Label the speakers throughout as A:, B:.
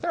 A: There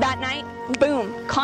B: That night, boom,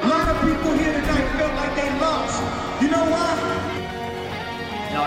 C: A lot of people here tonight felt like they lost. You know why?
D: Now,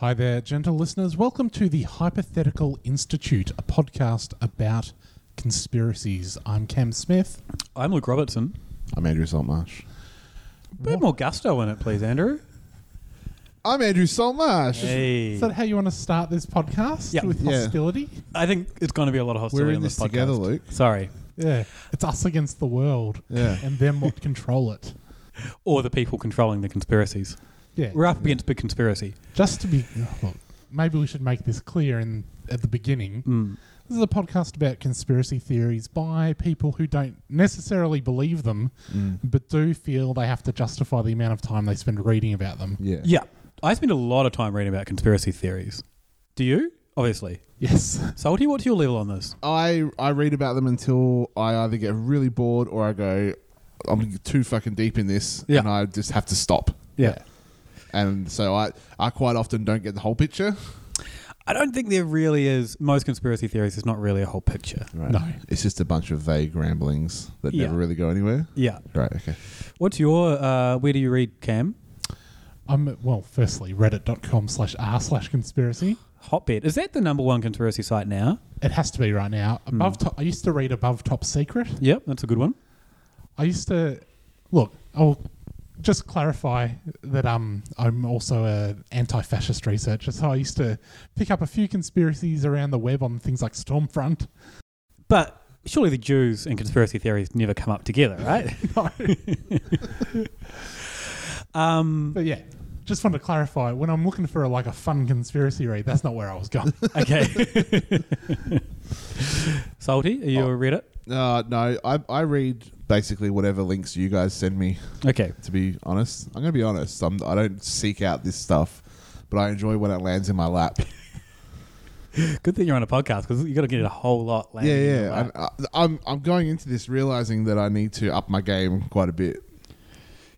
E: Hi there, gentle listeners. Welcome to the Hypothetical Institute, a podcast about conspiracies. I'm Cam Smith.
F: I'm Luke Robertson.
G: I'm Andrew Saltmarsh.
F: A bit more gusto in it, please, Andrew.
G: I'm Andrew Saltmarsh.
F: Hey.
E: Is that how you want to start this podcast?
F: Yeah.
E: With
F: Yeah.
E: hostility?
F: I think it's going to be a lot of hostility
G: We're in
F: on
G: this together,
F: podcast.
G: Luke.
F: Sorry,
E: Yeah. It's us against the world.
G: Yeah.
E: And them what control it.
F: or the people controlling the conspiracies.
E: Yeah.
F: We're up against big conspiracy.
E: Just to be, look, maybe we should make this clear in at the beginning.
F: Hmm.
E: This is a podcast about conspiracy theories by people who don't necessarily believe them,
F: Mm.
E: but do feel they have to justify the amount of time they spend reading about them.
G: Yeah.
F: Yeah, I spend a lot of time reading about conspiracy theories. Do you? Obviously.
E: Yes.
F: Salty, what's your level on this?
G: I I read about them until I either get really bored or I go, I'm too fucking deep in this,
F: Yeah.
G: and I just have to stop.
F: Yeah.
G: And so I I quite often don't get the whole picture.
F: I don't think there really is. Most conspiracy theories is not really a whole picture.
G: Right.
E: No.
G: It's just a bunch of vague ramblings that
F: Yeah.
G: never really go anywhere.
F: Yeah.
G: Right. Okay.
F: What's your? Uh, where do you read Cam?
E: I'm, well, firstly, reddit.com slash r slash conspiracy.
F: Hotbed is that the number one conspiracy site now? Hmm.
E: It has to be right now. Above top, I used to read Above Top Secret.
F: Yep, that's a good one.
E: I used to look. I'll just clarify that um, I'm also an anti-fascist researcher, so I used to pick up a few conspiracies around the web on things like Stormfront.
F: But surely the Jews and conspiracy theories never come up together, right?
E: No.
F: um,
E: but yeah, just want to clarify when I'm looking for like a fun conspiracy read, that's not where I was going.
F: okay. Salty, are you
E: Oh.
F: a Reddit?
G: Uh, no, I I read basically whatever links you guys send me.
F: Okay.
G: To be honest, I'm gonna be honest. I'm, I don't seek out this stuff, but I enjoy when it lands in my lap.
F: Good thing you're on a podcast because you got to get a whole lot. landing
G: Yeah,
F: in your
G: yeah.
F: lap.
G: I, I, I'm I'm going into this realizing that I need to up my game quite a bit.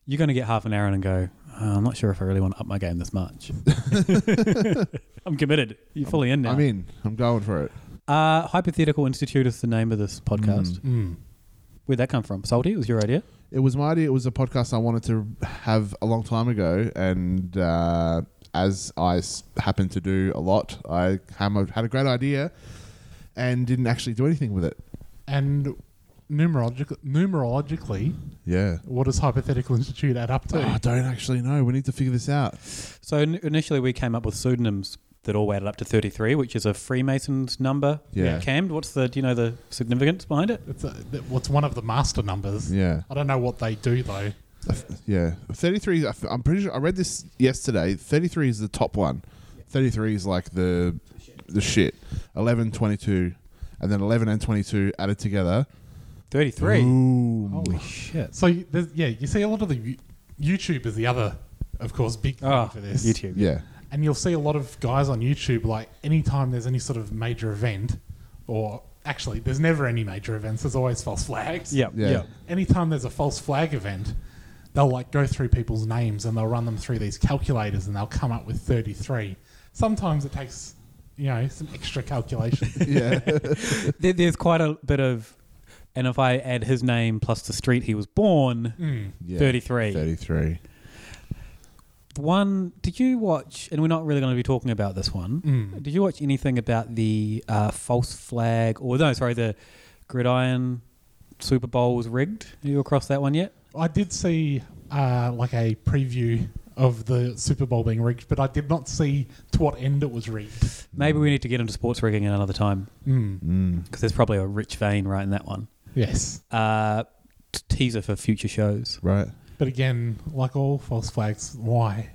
F: You're going to get half an hour in and go. "Oh, I'm not sure if I really want to up my game this much. I'm committed. You're fully in now.
G: I'm in. I'm going for it.
F: Uh, Hypothetical Institute is the name of this podcast.
E: Mm.
F: Where'd that come from? Salty, it was your idea?
G: It was my idea. It was a podcast I wanted to have a long time ago, and uh, as I s- happen to do a lot, I ham- had a great idea and didn't actually do anything with it.
E: And numerologic- numerologically,
G: Yeah.
E: what does hypothetical institute add up to?
G: Oh, I don't actually know. We need to figure this out.
F: So in- initially we came up with pseudonyms that all added up to 33, which is a Freemason's number.
G: Yeah.
F: Cam, what's the, do you know the significance behind it?
E: It's, a, it's one of the master numbers.
G: Yeah.
E: I don't know what they do though.
G: Yeah, thirty three. I'm pretty sure I read this yesterday. Thirty three is the top one. Thirty three is like the the shit. 11, 22, and then eleven and twenty two added together.
F: 33.
G: Boom.
F: Holy shit.
E: So you- there's- yeah, you see a lot of the you- YouTube is the other, of course, big thing
F: Ah,
E: for this.
F: YouTube.
G: Yeah,
E: and you'll see a lot of guys on YouTube. Like anytime there's any sort of major event, or actually, there's never any major events. There's always false flags.
F: Yeah. Yeah.
G: Yeah.
E: Anytime there's a false flag event, they'll like go through people's names and they'll run them through these calculators and they'll come up with 33. Sometimes it takes you know, some extra calculations.
F: there, there's quite a bit of, and if I add his name plus the street he was born,
E: Mm. Yeah,
F: 33.
G: 33.
F: One, did you watch, and we're not really going to be talking about this one,
E: Mm.
F: did you watch anything about the uh, false flag, or no, sorry, the gridiron Super Bowl was rigged? Are you across that one yet?
E: I did see uh, like a preview of the Super Bowl being rigged, but I did not see to what end it was rigged.
F: Maybe we need to get into sports rigging at another time.
E: Mm.
G: Hmm.
F: Because there's probably a rich vein right in that one.
E: Yes.
F: Uh, t- teaser for future shows.
G: Right.
E: But again, like all false flags, why?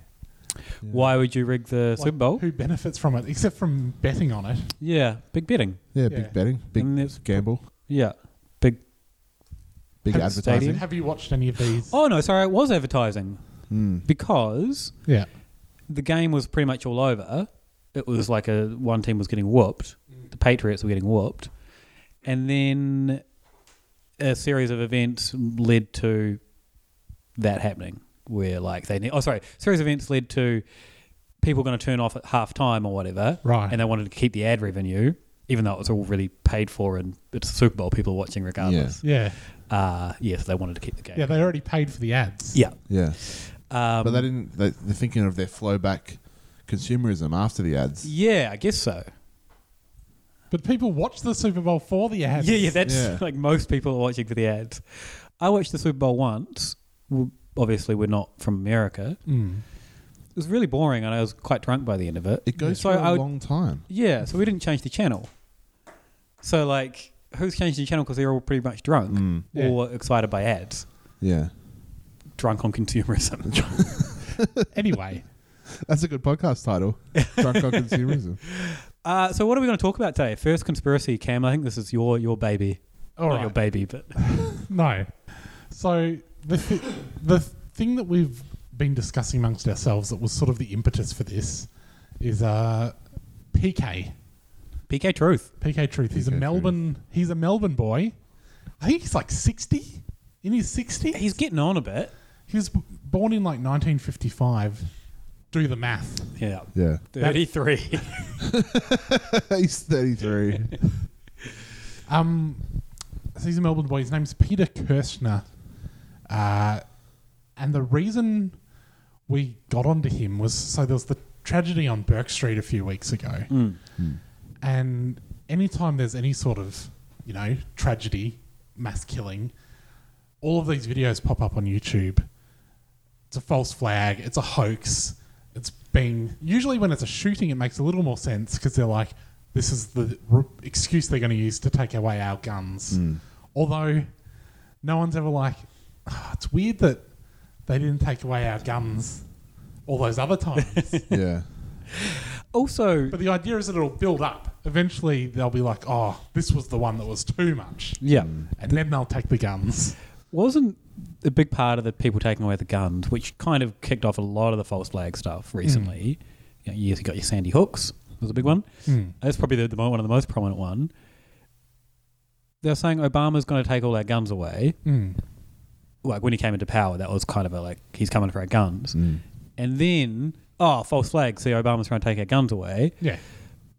F: Why would you rig the
E: Like,
F: Super Bowl?
E: Who benefits from it except from betting on it?
F: Yeah, big betting.
G: Yeah,
E: Yeah.
G: big betting, big
F: And there's-
G: gamble,
F: Yeah, big.
G: big
E: Have-
G: advertising.
E: Have you watched any of these?
F: Oh no, sorry, it was advertising
G: Mm.
F: because
E: Yeah.
F: the game was pretty much all over. It was like a one team was getting whooped, the Patriots were getting whooped, and then a series of events led to that happening. Where like they need, oh sorry, series of events led to people going to turn off at half time or whatever,
E: Right.
F: And they wanted to keep the ad revenue,
G: Ah,
F: even though it was all really paid for and it's the Super Bowl, people are watching regardless.
E: Yeah.
F: Uh, yeah, so they wanted to keep the game.
E: Yeah, they already paid for the ads.
F: Yeah.
G: Yeah.
F: Um,
G: but they didn't. They, they're thinking of their flow back consumerism after the ads.
F: Yeah, I guess so.
E: But people watch the Super Bowl for the ads.
F: Yeah, yeah, that's
G: Yeah.
F: like most people are watching for the ads. I watched the Super Bowl once. W- Obviously, we're not from America.
E: Mm.
F: It was really boring, and I was quite drunk by the end of it.
G: It goes
F: so
G: for a
F: I would-
G: long time.
F: Yeah, so we didn't change the channel. So, like, who's changed the channel because they're all pretty much drunk
G: Mm.
E: Yeah.
F: or excited by ads?
G: Yeah,
F: Drunk on consumerism.
E: Anyway,
G: that's a good podcast title. Drunk on consumerism.
F: uh, so, what are we going to talk about today? First conspiracy, Cam. I think this is your your baby.
E: All
F: not
E: right.
F: your baby, but
E: No. So the th- the thing that we've been discussing amongst ourselves that was sort of the impetus for this is uh, PK.
F: PK Truth.
E: PK Truth. He's a
G: PK Truth.
E: Melbourne. He's a Melbourne boy. I think he's like sixty. In his sixties,
F: He's getting on a bit.
E: he was b- born in like 1955. Do the math.
F: Yeah.
G: Yeah,
F: 33.
G: he's thirty-three.
E: Um, so he's a Melbourne boy. His name's Peter Kirschner. Uh, and the reason we got onto him was so there was the tragedy on Burke Street a few weeks ago. And anytime there's any sort of, you know, tragedy, mass killing, all of these videos pop up on YouTube. It's a false flag, it's a hoax. It's being usually when it's a shooting, it makes a little more sense because they're like, this is the r- excuse they're going to use to take away our guns. Although, no one's ever like, "Ah, it's weird that they didn't take away our guns all those other times.
G: yeah,
F: also,
E: But the idea is that it'll build up. Eventually, they'll be like, oh, this was the one that was too much.
F: yeah.
G: Mm.
E: And then they'll take the guns.
F: Wasn't a big part of the people taking away the guns, which kind of kicked off a lot of the false flag
E: Hmm.
F: stuff recently. You know, yes, you got your Sandy Hooks was a big one.
E: Mm.
F: That's probably the, the mo- one of the most prominent one. They're saying Obama's going to take all our guns away.
E: Mm.
F: Like when he came into power, that was kind of a like he's coming for our guns. And then oh, false flag. See, Obama's trying to take our guns away,
E: Yeah.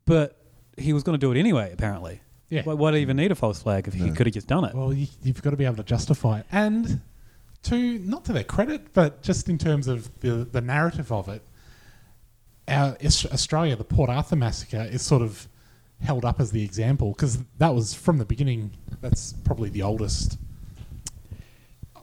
F: but he was going to do it anyway. Apparently,
E: Yeah.
F: Why, why do you even need a false flag if he could have just done it?
E: Well, you, you've got to be able to justify it. And to, not to their credit, but just in terms of the, the narrative of it, our, Aus- Australia, the Port Arthur massacre, is sort of held up as the example because that was from the beginning. That's probably the oldest,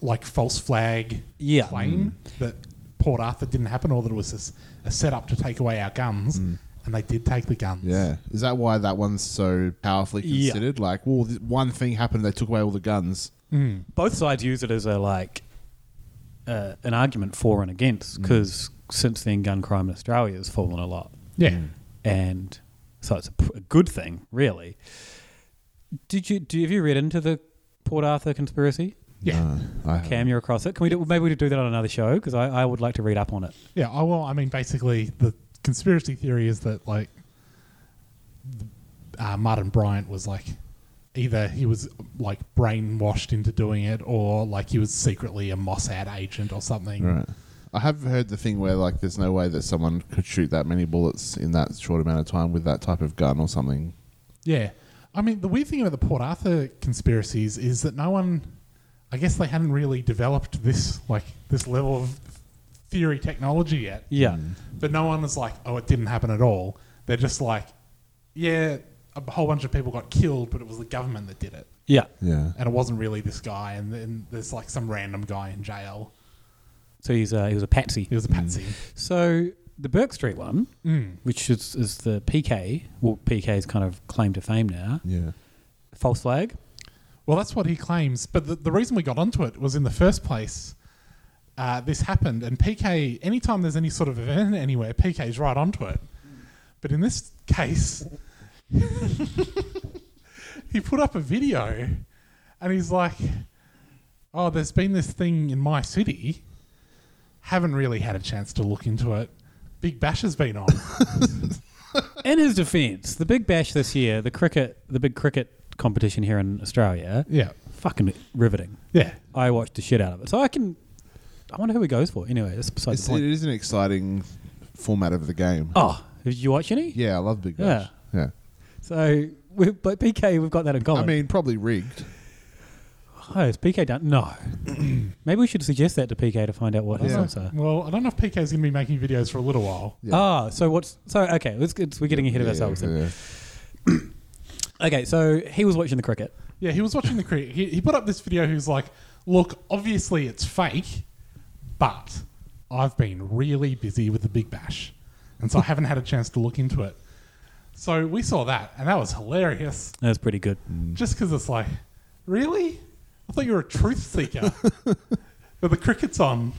E: like, false flag
F: Yeah.
E: claim that Port Arthur didn't happen or that it was this, a setup to take away our guns. And they did take the guns.
G: yeah. Is that why that one's so powerfully
F: Yeah.
G: considered? Like, well, this one thing happened. They took away all the guns.
E: Mm.
F: both sides use it as a like uh, an argument for and
G: Mm.
F: against because since then gun crime in Australia has fallen a lot
E: Yeah.
G: Mm.
F: and so it's a, p- a good thing really did you do have you read into the Port Arthur conspiracy
E: Yeah.
G: No, I haven't.
F: Cam you're across it can we do, maybe we could do that on another show because I, I would like to read up on it
E: Yeah, I well, I mean, basically, the conspiracy theory is that like uh, Martin Bryant was like either he was like brainwashed into doing it, or like he was secretly a Mossad agent or something.
G: Right. I have heard the thing where like there's no way that someone could shoot that many bullets in that short amount of time with that type of gun or something.
E: Yeah. I mean, the weird thing about the Port Arthur conspiracies is that no one, I guess they hadn't really developed this like this level of theory technology yet.
F: Yeah.
G: Mm.
E: But no one was like, "Oh, it didn't happen at all." They're just like, "Yeah, a whole bunch of people got killed, but it was the government that did it."
F: Yeah.
G: Yeah.
E: And it wasn't really this guy, and then there's like some random guy in jail.
F: So he's uh, he was a patsy. He
E: was a patsy.
F: So the Burke Street one,
E: Mm.
F: which is, is the PK, well, PK's kind of claim to fame now.
G: Yeah.
F: False flag.
E: Well, that's what he claims. But the, the reason we got onto it was in the first place, uh, this happened. And PK, anytime there's any sort of event anywhere, PK's right onto it. But in this case, he put up a video and he's like, oh, there's been this thing in my city. Haven't really had a chance to look into it. Big Bash has been on.
F: in his defence, the Big Bash this year, the cricket, the big cricket competition here in Australia,
E: Yeah.
F: fucking riveting.
E: Yeah.
F: I watched the shit out of it, so I can. I wonder who he goes for. Anyway, that's beside
G: It's,
F: the
G: it
F: point.
G: is an exciting format of the game.
F: Oh, did you watch any?
G: Yeah, I love Big Bash. Yeah.
F: So, we, but PK, we've got that in common.
G: I mean, probably rigged.
F: Oh, is PK done? No. Maybe we should suggest that to PK to find out what his thoughts are.
E: Well, I don't know if PK's going to be making videos for a little while.
F: Ah, so what's so? Okay, let's get, we're getting ahead of
E: yeah,
F: ourselves. then. okay, so he was watching the cricket.
E: Yeah, he was watching the cricket. He, he put up this video. Who's like, look, obviously it's fake, but I've been really busy with the Big Bash, and so I haven't had a chance to look into it. So we saw that, and that was hilarious.
F: That was pretty good.
E: Just because it's like, really? I thought you were a truth seeker, but the cricket's on.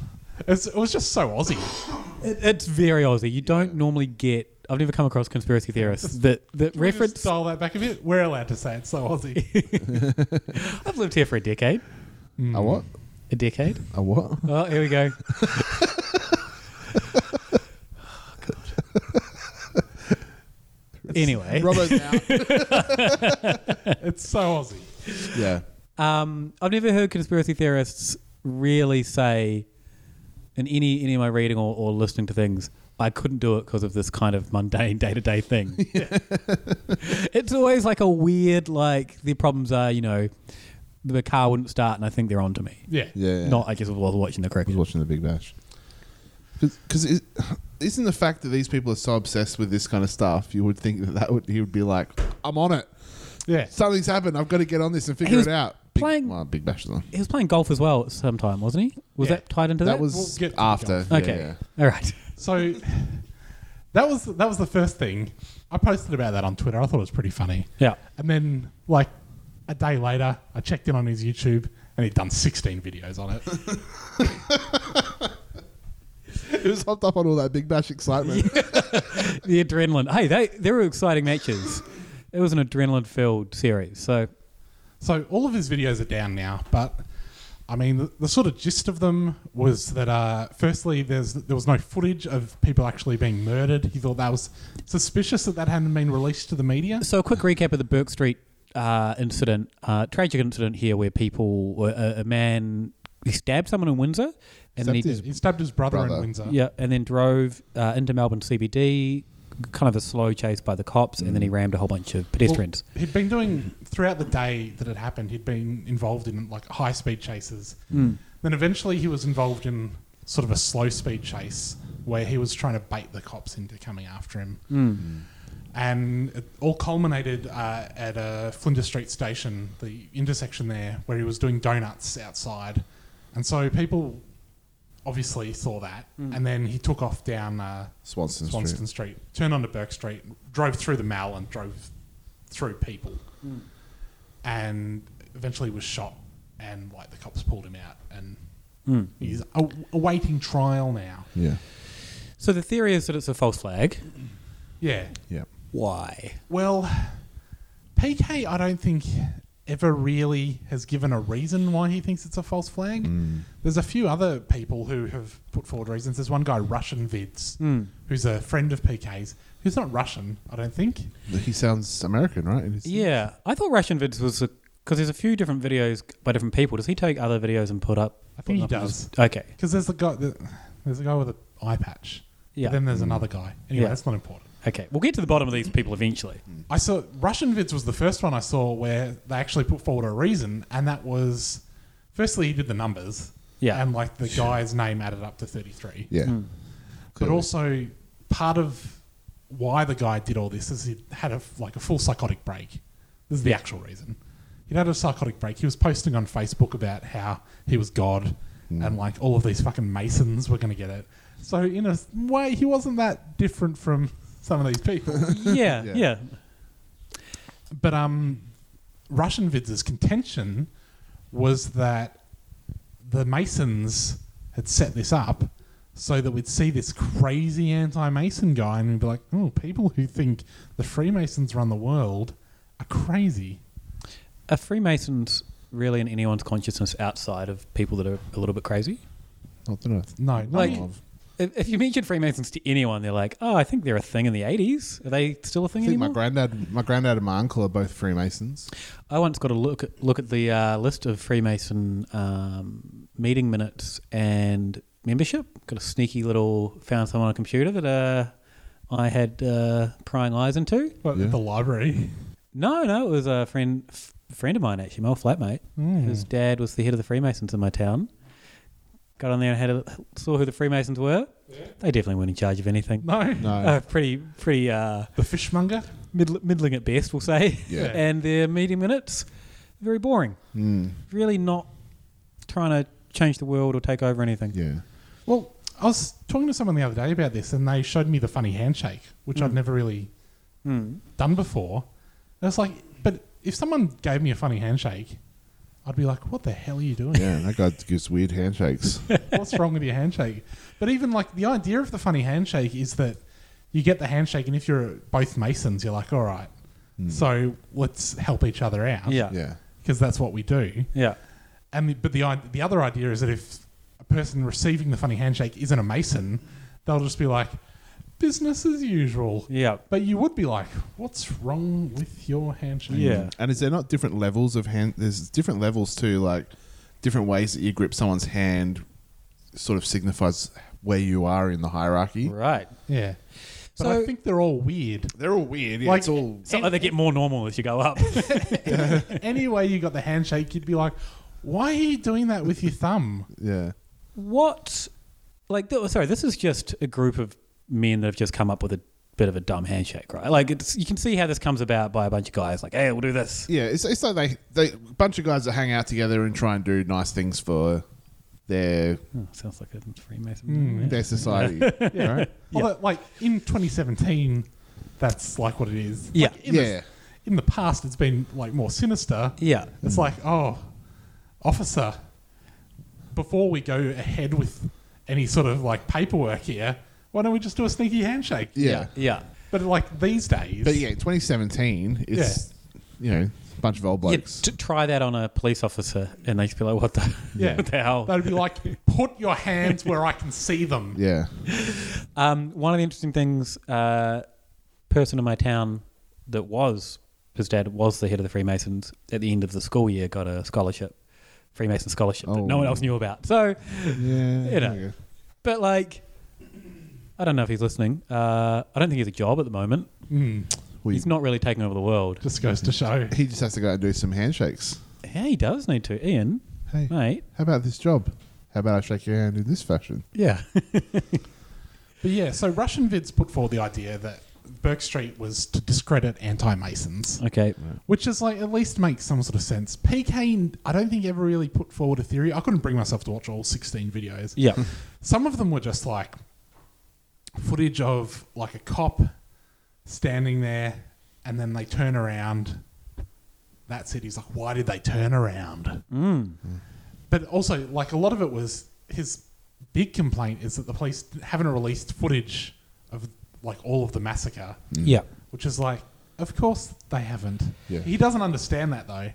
E: It's, it was just so Aussie.
F: It, it's very Aussie. You don't normally get. I've never come across conspiracy theorists that that
E: Can we just
F: reference.
E: dial that back a bit. We're allowed to say it's so Aussie.
F: I've lived here for a decade.
G: A what?
F: A decade.
G: A what?
F: Oh, here we go. anyway,
G: Robbo's
E: it's so Aussie.
G: Yeah.
F: Um, I've never heard conspiracy theorists really say in any any of my reading or, or listening to things, I couldn't do it because of this kind of mundane day to day thing. it's always like a weird like the problems are you know the car wouldn't start and I think they're on to me.
E: Yeah.
G: Yeah, yeah.
F: Not I guess while watching the cricket.
G: I was watching the Big Bash. Because is isn't the fact that these people are so obsessed with this kind of stuff, you would think that, that would he would be like, I'm on it.
E: Yeah.
G: Something's happened. I've got to get on this and
F: He
G: figure
F: was
G: it out.
F: playing-
G: Big, well, Big Bash is on.
F: He was playing golf as well at some time, wasn't he? Was
E: Yeah.
F: that tied into that?
G: That was We'll get to the after. golf.
F: Okay.
G: Yeah,
F: All right.
E: So that was that was the first thing. I posted about that on Twitter. I thought it was pretty funny.
F: Yeah.
E: And then like a day later, I checked in on his YouTube and he'd done 16 videos on it.
G: It was hopped up on all that Big Bash excitement.
F: the adrenaline. Hey, they they were exciting matches. It was an adrenaline filled series. So
E: so all of his videos are down now, but I mean the, the sort of gist of them was that uh, firstly there's there was no footage of people actually being murdered. He thought that was suspicious that that hadn't been released to the media.
F: So, a quick recap of the Burke Street uh, incident, uh, tragic incident here, where people, were- a, a man, he stabbed someone in Windsor, and then he,
E: Stabbed his- he stabbed his brother in Brother. Windsor.
F: Yeah, and then drove uh, into Melbourne CBD, kind of a slow chase by the cops, and then he rammed a whole bunch of pedestrians.
E: Well, he'd been doing throughout the day that it happened. He'd been involved in like high speed chases.
F: Mm.
E: Then eventually he was involved in sort of a slow speed chase where he was trying to bait the cops into coming after him.
F: Mm.
E: And it all culminated uh, at a Flinders Street station, the intersection there, where he was doing donuts outside. And so people obviously saw that. And then he took off down uh,
G: Swanston Street.
E: Street. turned onto Burke Street, drove through the mall, and drove through people.
F: Mm.
E: And eventually was shot. And like the cops pulled him out. And
F: Mm.
E: he's a- awaiting trial now.
G: Yeah.
F: So, the theory is that it's a false flag.
E: Yeah.
G: Yeah.
F: Why?
E: Well, PK, I don't think ever really has given a reason why he thinks it's a false flag. There's a few other people who have put forward reasons. There's one guy, Russian Vids,
G: Mm.
E: who's a friend of PK's, who's not Russian, I don't think.
G: He sounds American, right? And he's-
F: Yeah, I thought Russian Vids was because there's a few different videos by different people. Does he take other videos and put up? I
E: think he does.
F: Okay.
E: Because there's the guy, the, There's a guy with an eye patch.
F: Yeah.
E: But then there's another guy. Anyway,
F: Yeah.
E: that's not important.
F: Okay, we'll get to the bottom of these people eventually.
E: I saw Russian vids was the first one I saw where they actually put forward a reason, and that was firstly he did the numbers,
F: Yeah.
E: and like the guy's name added up to thirty three,
G: Yeah. Hmm.
E: but also part of why the guy did all this is he had a like a full psychotic break. This is the actual reason. He had a psychotic break. He was posting on Facebook about how he was God, and like all of these fucking masons were going to get it. So in a way, he wasn't that different from some of these people.
F: Yeah, Yeah. yeah.
E: But um, Russian Vids' contention was that the Masons had set this up so that we'd see this crazy anti-Mason guy and we'd be like, oh, people who think the Freemasons run the world are crazy.
F: Are Freemasons really in anyone's consciousness outside of people that are a little bit crazy?
G: Not that I've
E: No, no.
F: Like, if, if you mention Freemasons to anyone, they're like, "Oh, I think they're a thing in the '80s. Are they still a thing
G: I think
F: anymore?"
G: my granddad, my granddad and my uncle are both Freemasons.
F: I once got a look at, look at the uh, list of Freemason um, meeting minutes and membership. Got a sneaky little found someone on a computer that uh, I had uh, prying eyes into.
E: What, at the library?
F: No, no, it was a friend f- friend of mine actually, my old flatmate.
E: Mm.
F: His dad was the head of the Freemasons in my town. Got on there and had a, saw who the Freemasons were. They definitely weren't in charge of anything.
E: No. No.
F: Uh, pretty pretty. Uh,
E: the fishmonger,
F: middl- middling at best, we'll say.
G: Yeah.
F: and their meeting minutes, very boring.
G: Mm.
F: Really not trying to change the world or take over anything.
G: Yeah.
E: Well, I was talking to someone the other day about this and they showed me the funny handshake, which I'd
F: Mm.
E: never really done before. And it's like, but if someone gave me a funny handshake, I'd be like, what the hell are you doing?
G: Yeah, that guy gives weird handshakes.
E: What's wrong with your handshake? But even like the idea of the funny handshake is that you get the handshake, and if you're both Masons, you're like, all right, so let's help each other out.
F: Hmm. Yeah.
G: Yeah.
E: Because that's what we do.
F: Yeah.
E: And the, but the i- the other idea is that if a person receiving the funny handshake isn't a Mason, they'll just be like, business as usual.
F: Yeah.
E: But you would be like, what's wrong with your handshake?
G: And is there not different levels of hand? There's different levels too, like different ways that you grip someone's hand sort of signifies where you are in the hierarchy.
F: Right.
E: Yeah. But I
F: So-
E: think they're all weird.
G: They're all weird.
F: yeah, it's all- So they get more normal as you go up.
E: any way you got the handshake, you'd be like, why are you doing that with your thumb?
G: Yeah.
F: What, like, th- sorry, this is just a group of men that have just come up with a bit of a dumb handshake, right? Like, it's, you can see how this comes about by a bunch of guys, like, hey, we'll do this.
G: Yeah, it's, it's like they they a bunch of guys that hang out together and try and do nice things for their
F: Hmm, sounds like a Freemason.
E: Mm.
G: Their society,
E: yeah.
G: right?
E: Although, like in 2017, that's like what it is. Like,
F: Yeah.
E: in
F: Yeah.
E: The, in the past, it's been like more sinister.
F: Yeah.
E: It's like, oh, officer, before we go ahead with any sort of like paperwork here, why don't we just do a sneaky handshake?
G: Yeah.
F: Yeah.
E: But like these days,
G: But yeah, 2017 is you know a bunch of old
F: Yeah,
G: blokes.
F: t- try that on a police officer, and they just be like, what the,
E: yeah,
F: what the hell?
E: they'd be like, put your hands where I can see them.
G: Yeah.
F: Um, one of the interesting things, uh, person in my town that was his dad was the head of the Freemasons at the end of the school year got a scholarship, Freemason scholarship that
E: Oh.
F: no one else knew about. So, you know, but like, I don't know if he's listening. Uh, I don't think he's a job at the moment.
E: Mm.
F: he's not really taking over the world.
E: Just goes to show.
G: He just has to go out and do some handshakes.
F: Yeah, he does need to. Ian,
G: hey,
F: mate,
G: how about this job? How about I shake your hand in this fashion?
F: Yeah.
E: But yeah, so Russian vids put forward the idea that Burke Street was to discredit anti-Masons.
F: Okay.
E: Which is like at least makes some sort of sense. PK, I don't think ever really put forward a theory. I couldn't bring myself to watch all sixteen videos.
F: Yeah.
E: some of them were just like footage of like a cop standing there, and then they turn around. That's it. He's like, why did they turn around?
F: Mm.
E: But also, like a lot of it was his big complaint is that the police haven't released footage of like all of the massacre.
F: Mm. Yeah.
E: which is like, of course they haven't.
F: Yeah.
E: He doesn't understand that though.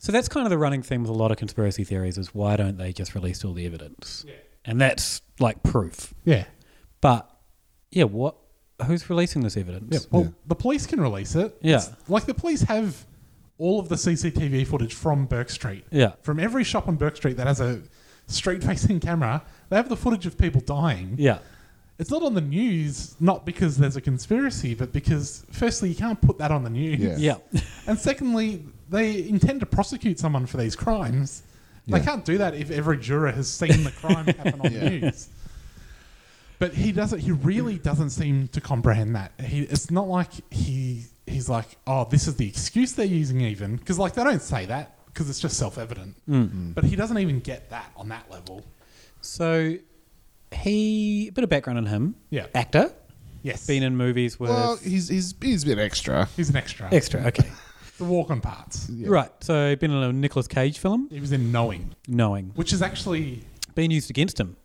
F: So that's kind of the running thing with a lot of conspiracy theories is why don't they just release all the evidence? And that's like proof.
E: Yeah.
F: But yeah, what who's releasing this evidence?
E: Yeah, well, the police can release it.
F: Yeah.
E: It's- like the police have all of the CCTV footage from Burke Street.
F: Yeah.
E: From every shop on Burke Street that has a street facing camera. They have the footage of people dying.
F: Yeah.
E: It's not on the news, not because there's a conspiracy, but because, firstly, you can't put that on the news.
F: Yeah.
E: and secondly, they intend to prosecute someone for these crimes. They
F: Yeah.
E: can't do that if every juror has seen the crime happen on
F: Yeah.
E: the news. But he doesn't. He really doesn't seem to comprehend that. He. It's not like he. He's like, oh, this is the excuse they're using, even because like they don't say that because it's just self-evident.
F: Mm.
E: But he doesn't even get that on that level.
F: So he a bit of background on him.
E: Yeah.
F: Actor.
E: Yes.
F: Been in movies with
G: Well, he's he's he's been extra.
E: He's an extra.
F: Extra, okay.
E: the walk-on parts.
F: Right. So been in a Nicolas Cage film.
E: He was in Knowing.
F: Knowing.
E: Which is actually
F: being used against him.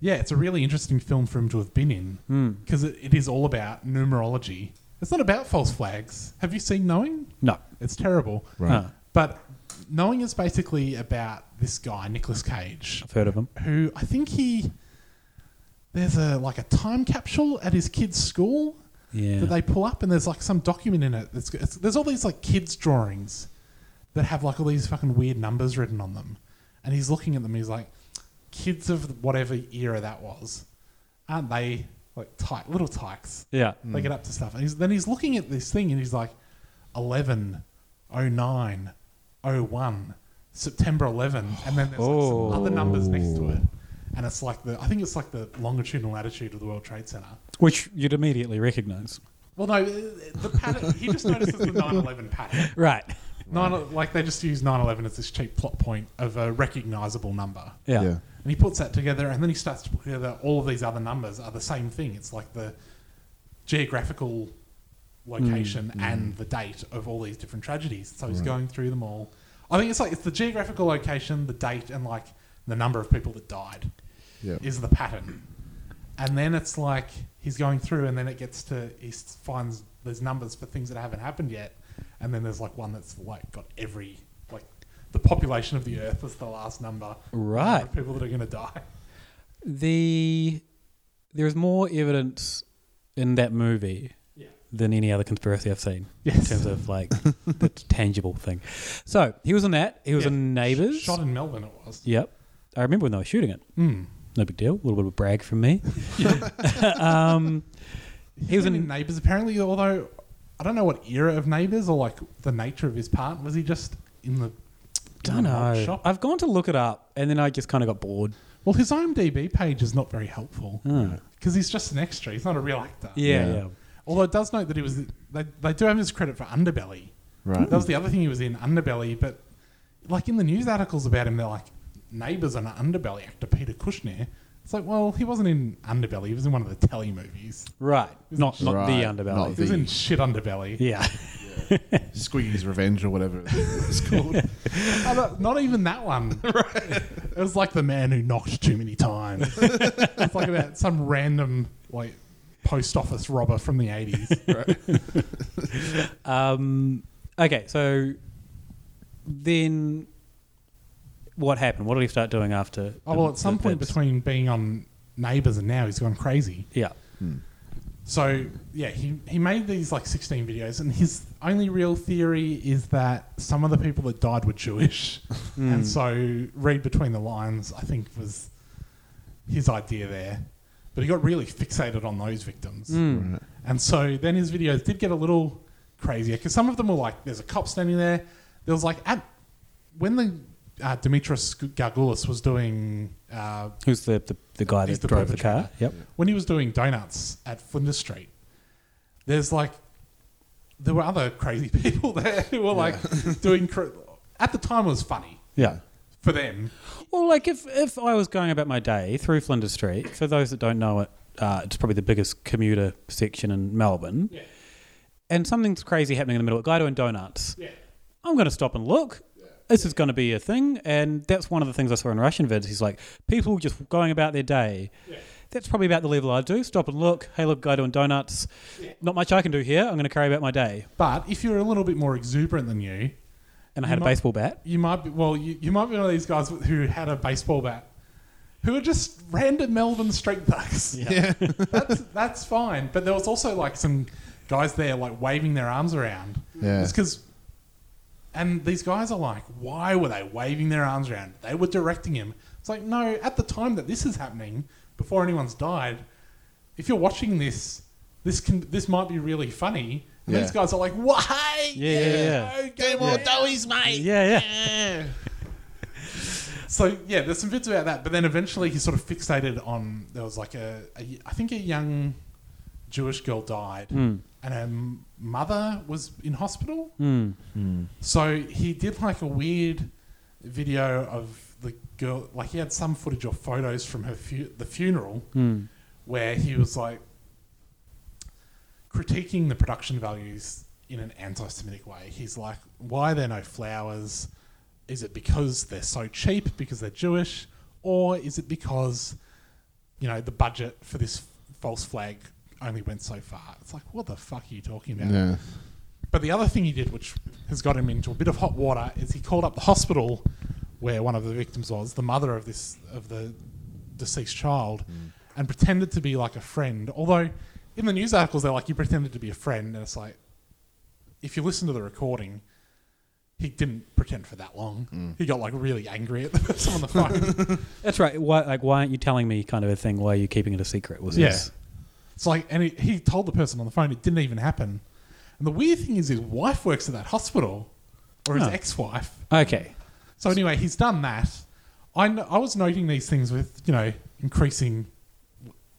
E: Yeah, it's a really interesting film for him to have been
F: Hmm.
E: in because it, it is all about numerology. It's not about false flags. Have you seen Knowing?
F: No.
E: It's terrible.
F: Right. Ah.
E: But Knowing is basically about this guy, Nicolas Cage,
F: I've heard of him.
E: who I think he there's a like a time capsule at his kid's school
F: Yeah.
E: that they pull up and there's like some document in it that's it's, there's all these like kids drawings that have like all these fucking weird numbers written on them and he's looking at them he's like kids of whatever era that was aren't they like tight little tykes
F: Yeah.
E: they get up to stuff and he's, then he's looking at this thing and he's like oh 11 09 01 september 11 and then there's like some other numbers next to it and it's like the i think it's like the longitudinal latitude of the world trade center
F: Which you'd immediately recognise.
E: well, no, uh, the pattern. He just notices the 9/11 pattern.
F: Right.
E: Nine, like they just use 9/11 as this cheap plot point of a recognizable number.
F: Yeah. Yeah.
E: And he puts that together, and then he starts to put together all of these other numbers are the same thing. It's like the geographical location
F: Mm, mm.
E: and the date of all these different tragedies. So he's
F: Right.
E: going through them all. I think it's like it's the geographical location, the date, and like the number of people that died
G: Yeah.
E: is the pattern. And then it's like he's going through, and then it gets to he s- finds there's numbers for things that haven't happened yet, and then there's like one that's like got every like the population of the Earth is the last number,
F: Right.
E: of People that are going to die.
F: The there's more evidence in that movie than any other conspiracy I've seen.
E: Yes.
F: In terms of like the tangible thing. So he was in that. He was
E: Yeah.
F: in Neighbours.
E: Shot in Melbourne, it was.
F: Yep. I remember when they were shooting it.
E: Mm.
F: No big deal. A little bit of a brag from me. um,
E: He was in Neighbours, apparently. Although I don't know what era of Neighbours or like the nature of his part. Was he just in the
F: don't know. I've gone to look it up and then I just kind of got bored.
E: Well, his IMDb page is not very helpful because he's just an extra. He's not a real actor.
F: Ah. Yeah, Yeah. yeah.
E: Although it does note that he was. They, they do have his credit for Underbelly.
G: Right.
E: That was the other thing he was in Underbelly, but like in the news articles about him, they're like neighbors and an Underbelly actor Peter Kushner. It's like, well, he wasn't in Underbelly. He was in one of the telly movies.
F: Right. Not not the
G: Right,
F: underbelly.
G: not
E: He was
G: the-
E: in shit Underbelly.
F: Yeah.
G: Squeaky's Revenge or whatever it's called.
E: Oh, no, not even that one. It was like the man who knocked too many times. it's like about some random like post office robber from the eighties.
F: um, okay, so then what happened? What did he start doing after?
E: Oh well, at some point between being on Neighbours and now, he's gone crazy.
F: Yeah.
E: So yeah, he he made these like sixteen videos, and his only real theory is that some of the people that died were Jewish,
F: Mm.
E: and so read between the lines. I think was his idea there, but he got really fixated on those victims,
F: Mm. Right.
E: and so then his videos did get a little crazier because some of them were like, "There's a cop standing there." There was like at when the uh, Dimitris Gargoulis was doing uh,
F: Who's the, the, the guy
E: He's
F: that
E: the
F: drove the car? Yep.
E: when he was doing donuts at Flinders Street, there's like there were other crazy people there who were like doing cra- at the time it was funny
F: Yeah.
E: for them.
F: Well, like if, if I was going about my day through Flinders Street, for those that don't know it, uh, it's probably the biggest commuter section in Melbourne.
E: Yeah.
F: And something's crazy happening in the middle. A guy doing donuts.
E: Yeah.
F: I'm going to stop and look. This is going to be a thing. And that's one of the things I saw in Russian vids. He's like, people just going about their day. That's probably about the level I do. Stop and look. Hey, look, guy doing donuts. Not much I can do here. I'm going to carry about my day.
E: But if you're a little bit more exuberant than you,
F: And I had a
E: you might-
F: baseball bat.
E: you might be well, you, you might be one of these guys who had a baseball bat. Who are just random Melbourne street thugs.
F: Yeah.
E: that's, that's fine. But there was also like some guys there like waving their arms around.
G: Yeah.
E: It's because, and these guys are like, why were they waving their arms around? They were directing him. It's like, no, at the time that this is happening, before anyone's died, if you're watching this, this can this might be really funny. And
G: Yeah.
E: these guys are like, why?
F: Yeah, yeah, yeah.
E: Game more doughies, mate.
F: Yeah,
E: yeah. so yeah, there's some bits about that, but then eventually he sort of fixated on there was like a, a y- I think a young Jewish girl died,
F: Hmm.
E: and her m- mother was in hospital.
F: Mm.
E: So he did like a weird video of the girl, like he had some footage or photos from her fu- the funeral,
F: Hmm.
E: where he was like critiquing the production values in an anti-Semitic way. He's like, "Why are there no flowers? Is it because they're so cheap because they're Jewish, or is it because you know the budget for this false flag only went so far?" It's like, what the fuck are you talking about?
G: Yeah.
E: But the other thing he did, which has got him into a bit of hot water, is he called up the hospital where one of the victims was, the mother of this of the deceased child, and pretended to be like a friend. Although in the news articles they're like he pretended to be a friend, and it's like if you listen to the recording, he didn't pretend for that long. He got like really angry at the person on the phone.
F: That's right. Why, like, why aren't you telling me? Kind of a thing. Why are you keeping it a secret? Was
E: Yeah.
F: his-
E: It's like, and he, he told the person on the phone it didn't even happen. And the weird thing is, his wife works at that hospital, or his
F: Oh.
E: ex-wife.
F: Okay.
E: So anyway, he's done that. I kn- I was noting these things with you know increasing,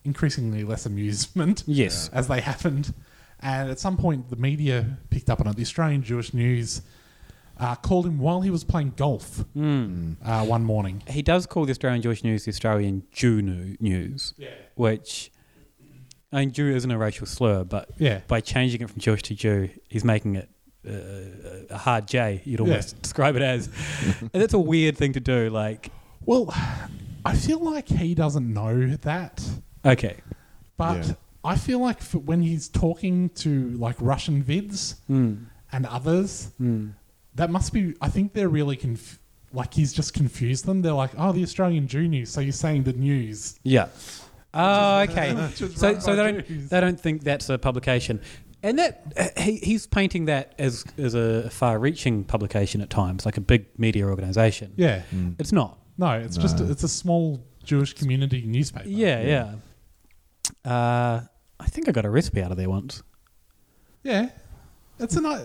E: increasingly less amusement.
F: Yes.
E: as they happened, and at some point the media picked up on it. The Australian Jewish News uh, called him while he was playing golf uh, one morning.
F: He does call the Australian Jewish news the Australian Jew nu- news.
E: Yeah.
F: Which, I mean, Jew isn't a racial slur, but
E: Yeah.
F: by changing it from Jewish to Jew, he's making it uh, a hard J. You'd almost describe it as. and that's a weird thing to do. Like,
E: Well, I feel like he doesn't know that,
F: okay,
E: but
F: Yeah.
E: I feel like for when he's talking to like Russian vids
F: Mm.
E: and others,
F: Hmm.
E: that must be. I think they're really conf- like he's just confused them. They're like, "Oh, the Australian Jew news." So you're saying the news?
F: yeah. Oh, okay.
E: Which is
F: so,
E: run
F: so
E: by
F: they don't they don't think that's a publication, and that uh, he, he's painting that as as a far-reaching publication at times, like a big media organization.
E: Yeah.
F: It's not.
E: No, it's just
F: Hmm. No.
E: it's a small Jewish community newspaper.
F: Yeah, yeah. Uh, I think I got a recipe out of there once.
E: yeah. It's a nice.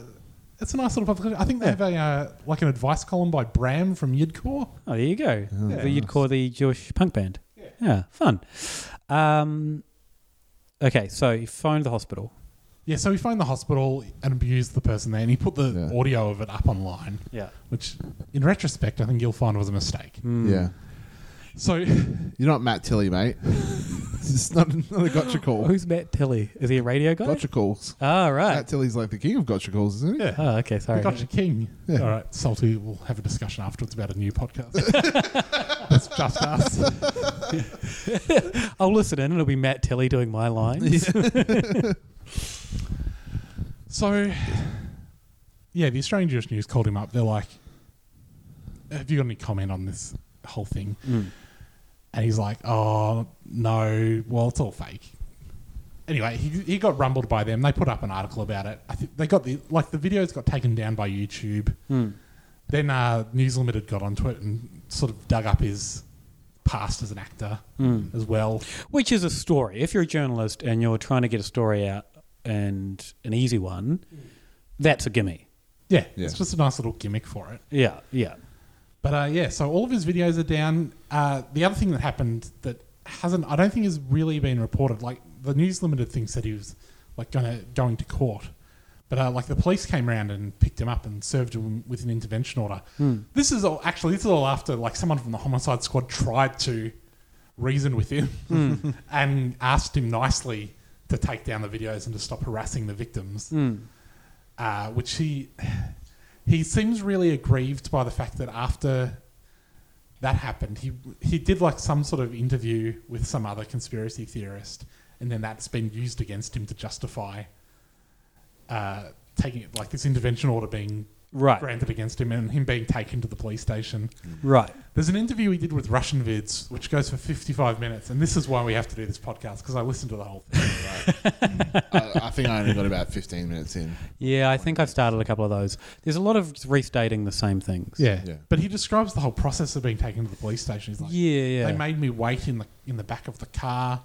E: It's a nice little publication. I think they have a uh, like an advice column by Bram from Yidcore.
F: Oh, there you go.
E: Oh,
F: That
E: nice.
F: You'd call the Jewish punk band. Yeah, fun. Um, okay, so he phoned the hospital.
E: Yeah, so he phoned the hospital and abused the person there, and he put the audio of it up online.
F: Yeah.
E: Which, in retrospect, I think you'll find was a mistake.
G: Yeah.
E: So
G: you're not Matt Tilly, mate. it's not, not a gotcha call.
F: Who's Matt Tilly? Is he a radio guy?
G: Gotcha calls.
F: Ah, right.
G: Matt Tilly's like the king of gotcha calls, isn't he?
E: Yeah.
F: Oh, okay, sorry.
E: We got your king.
G: Yeah.
E: All right, Salty, we'll have a discussion afterwards about a new podcast. That's just us.
F: I'll listen in and it'll be Matt Tilly doing my lines.
E: so, yeah, the Australian Jewish News called him up. They're like, have you got any comment on this whole thing?
F: Mm.
E: And he's like, oh, no, well, it's all fake. Anyway, he, he got rumbled by them. They put up an article about it. I think they got the, like, the videos got taken down by YouTube. Then uh, News Limited got onto it and sort of dug up his past as an actor
F: Mm.
E: as well.
F: Which is a story. If you're a journalist and you're trying to get a story out and an easy one,
E: Mm.
F: that's a gimme.
E: Yeah,
F: Yeah.
E: it's just a nice little gimmick for it.
F: Yeah, yeah.
E: But uh, yeah, so all of his videos are down. Uh, the other thing that happened that hasn't, I don't think, has really been reported. Like the News Limited thing said he was like gonna, going to court, but uh, like the police came around and picked him up and served him with an intervention order.
F: Hmm.
E: This is all actually this is all after like someone from the homicide squad tried to reason with him
F: Hmm.
E: and asked him nicely to take down the videos and to stop harassing the victims
F: Mm.
E: uh, which he he seems really aggrieved by the fact that after that happened, he he did like some sort of interview with some other conspiracy theorist, and then that's been used against him to justify uh, taking it like this intervention order being
F: Right.
E: granted against him and him being taken to the police station.
F: Right.
E: There's an interview he did with Russian Vids, which goes for 55 minutes, and this is why we have to do this podcast because I listened to the whole thing.
G: I, I think I only got about 15 minutes in.
F: Yeah, I think I've started a couple of those. There's a lot of just restating the same things.
E: Yeah. But he describes the whole process of being taken to the police station. He's like,
F: Yeah, yeah.
E: They made me wait in the in the back of the car.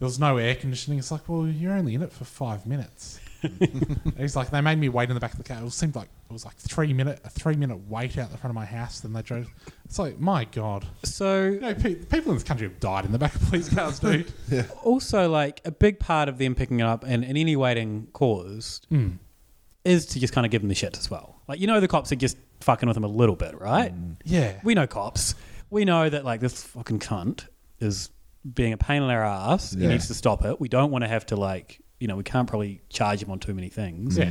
E: There was no air conditioning. It's like, well, you're only in it for five minutes. He's like, they made me wait in the back of the car. It seemed like it was like three minute a three minute wait out the front of my house. Then they drove. It's like, my god.
F: So
E: you know, pe- people in this country have died in the back of police cars, dude.
F: Also, like a big part of them picking it up and, and any waiting caused
E: Mm.
F: is to just kind of give them the shit as well. Like you know, the cops are just fucking with them a little bit, right?
E: Yeah.
F: we know cops. We know that like this fucking cunt is being a pain in our ass. He
G: Yeah.
F: needs to stop it. We don't want to have to like you know we can't probably charge him on too many things.
E: Yeah.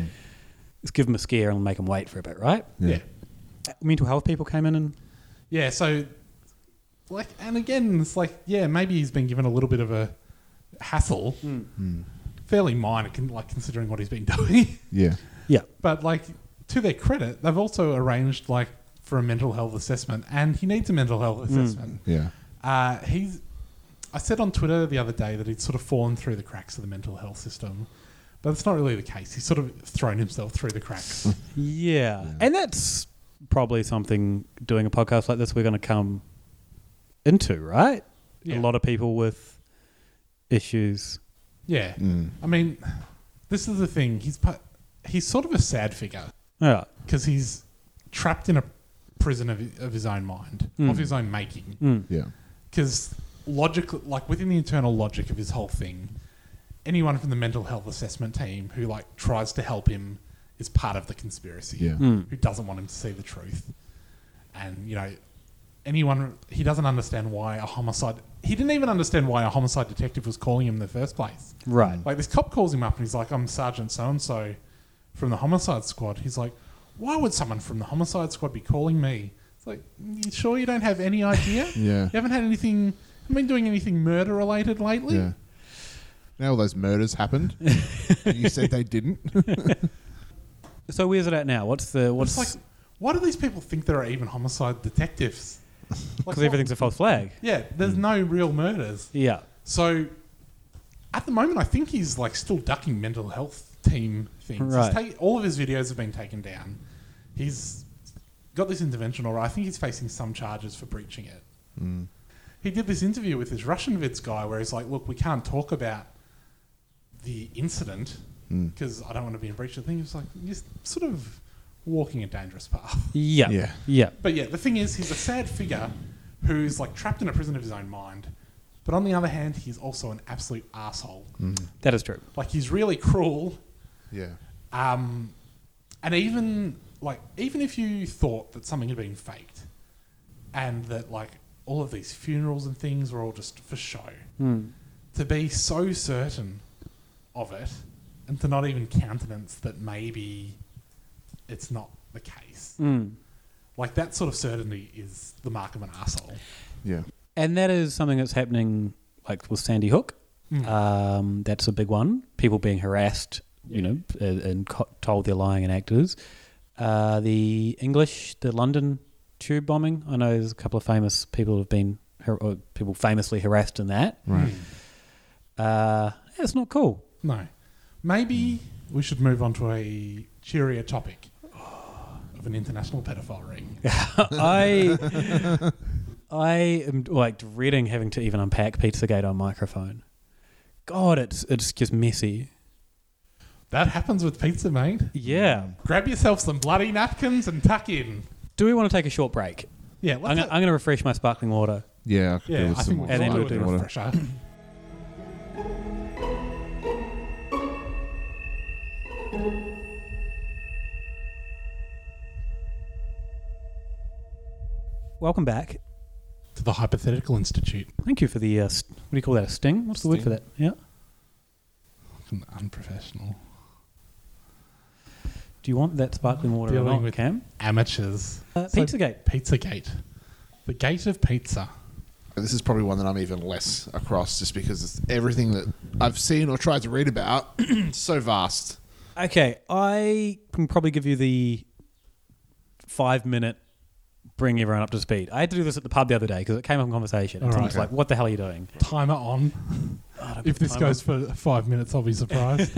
F: let's give him a scare and make him wait for a bit, right?
E: Yeah.
F: Mental health people came in and
E: Yeah, so like, and again, it's like, yeah, maybe he's been given a little bit of a hassle, Hmm. fairly minor, con- like considering what he's been doing.
G: Yeah.
F: Yeah.
E: But like, to their credit, they've also arranged like for a mental health assessment, and he needs a mental health
G: Mm.
E: assessment.
G: Yeah.
E: Uh, he's. I said on Twitter the other day that he'd sort of fallen through the cracks of the mental health system, but it's not really the case. He's sort of thrown himself through the cracks.
F: Yeah. And that's probably something doing a podcast like this we're going to come into, right?
E: Yeah.
F: A lot of people with issues.
E: Yeah.
F: Mm.
E: I mean, this is the thing. He's pa- he's sort of a sad figure.
F: Yeah.
E: Because he's trapped in a prison of, of his own mind,
F: Mm.
E: of his own making.
F: Mm.
G: Yeah.
E: Because logic, like within the internal logic of his whole thing, anyone from the mental health assessment team who like tries to help him is part of the conspiracy.
G: Yeah.
F: Mm.
E: Who doesn't want him to see the truth, and you know, anyone he doesn't understand why a homicide. He didn't even understand why a homicide detective was calling him in the first place.
F: Right.
E: Like this cop calls him up and he's like, "I'm Sergeant So and So from the homicide squad." He's like, "Why would someone from the homicide squad be calling me?" It's like, "Mm, "You sure you don't have any idea?
G: Yeah.
E: You haven't had anything. Haven't been doing anything murder related lately."
G: Yeah. Now all those murders happened. and you said they didn't.
F: So where's it at now? What's the what's
E: It's like, why do these people think there are even homicide detectives?
F: because everything's a false flag.
E: Yeah, there's no real murders.
F: Yeah.
E: So at the moment, I think he's like still ducking mental health team things.
F: Right.
E: He's ta- all of his videos have been taken down. He's got this intervention, or I think he's facing some charges for breaching it.
G: Mm.
E: He did this interview with this Russian vids guy where he's like, "Look, we can't talk about the incident
G: Mm.
E: because I don't want to be in breach of the thing." It's like you're sort of walking a dangerous path.
F: Yeah.
G: Yeah.
F: Yeah.
E: But yeah, the thing is, he's a sad figure who's like trapped in a prison of his own mind. But on the other hand, he's also an absolute asshole.
F: That is true.
E: Like he's really cruel.
G: Yeah.
E: Um, and even like even if you thought that something had been faked, and that like all of these funerals and things were all just for show,
F: Hmm.
E: to be so certain of it, and to not even countenance that maybe it's not the case.
F: Mm.
E: Like that sort of certainty is the mark of an asshole.
G: Yeah.
F: And that is something that's happening, like with Sandy Hook.
E: Mm.
F: Um, that's a big one. People being harassed, you know, and, and co- told they're lying and actors. Uh, the English, the London tube bombing. I know there's a couple of famous people have been har- or people famously harassed in that.
G: Right.
F: Uh, that's not cool.
E: No, maybe we should move on to a cheerier topic of an international pedophile ring.
F: I I am like dreading having to even unpack Pizzagate on microphone. God, it's it's just messy.
E: that happens with pizza, mate.
F: Yeah.
E: Grab yourself some bloody napkins and tuck in.
F: Do we want to take a short break?
E: Yeah,
F: I'm, gonna, I'm gonna refresh my sparkling water.
G: Yeah. I could do with some more
F: and then we'll
G: sparkling
F: do
G: water.
E: refresher.
F: Welcome back.
E: to the Hypothetical Institute.
F: Thank you for the uh, st- what do you call that? A sting? What's the word for that? Yeah.
E: Fucking Unprofessional.
F: Do you want that sparkling water or
E: Dealing
F: not,
E: with
F: Cam?
E: amateurs.
F: Uh,
E: So-
F: Pizzagate.
E: Pizzagate. The gate of pizza.
G: This is probably one that I'm even less across, just because it's everything that I've seen or tried to read about. so vast.
F: Okay, I can probably give you the five minute bring everyone up to speed. I had to do this at the pub the other day because it came up in conversation.
E: All
F: And
E: right.
F: someone's
E: Okay.
F: like, "What the hell are you doing?"
E: Timer on.
F: Ah,
E: If this
F: timer
E: goes for five minutes, I'll be surprised.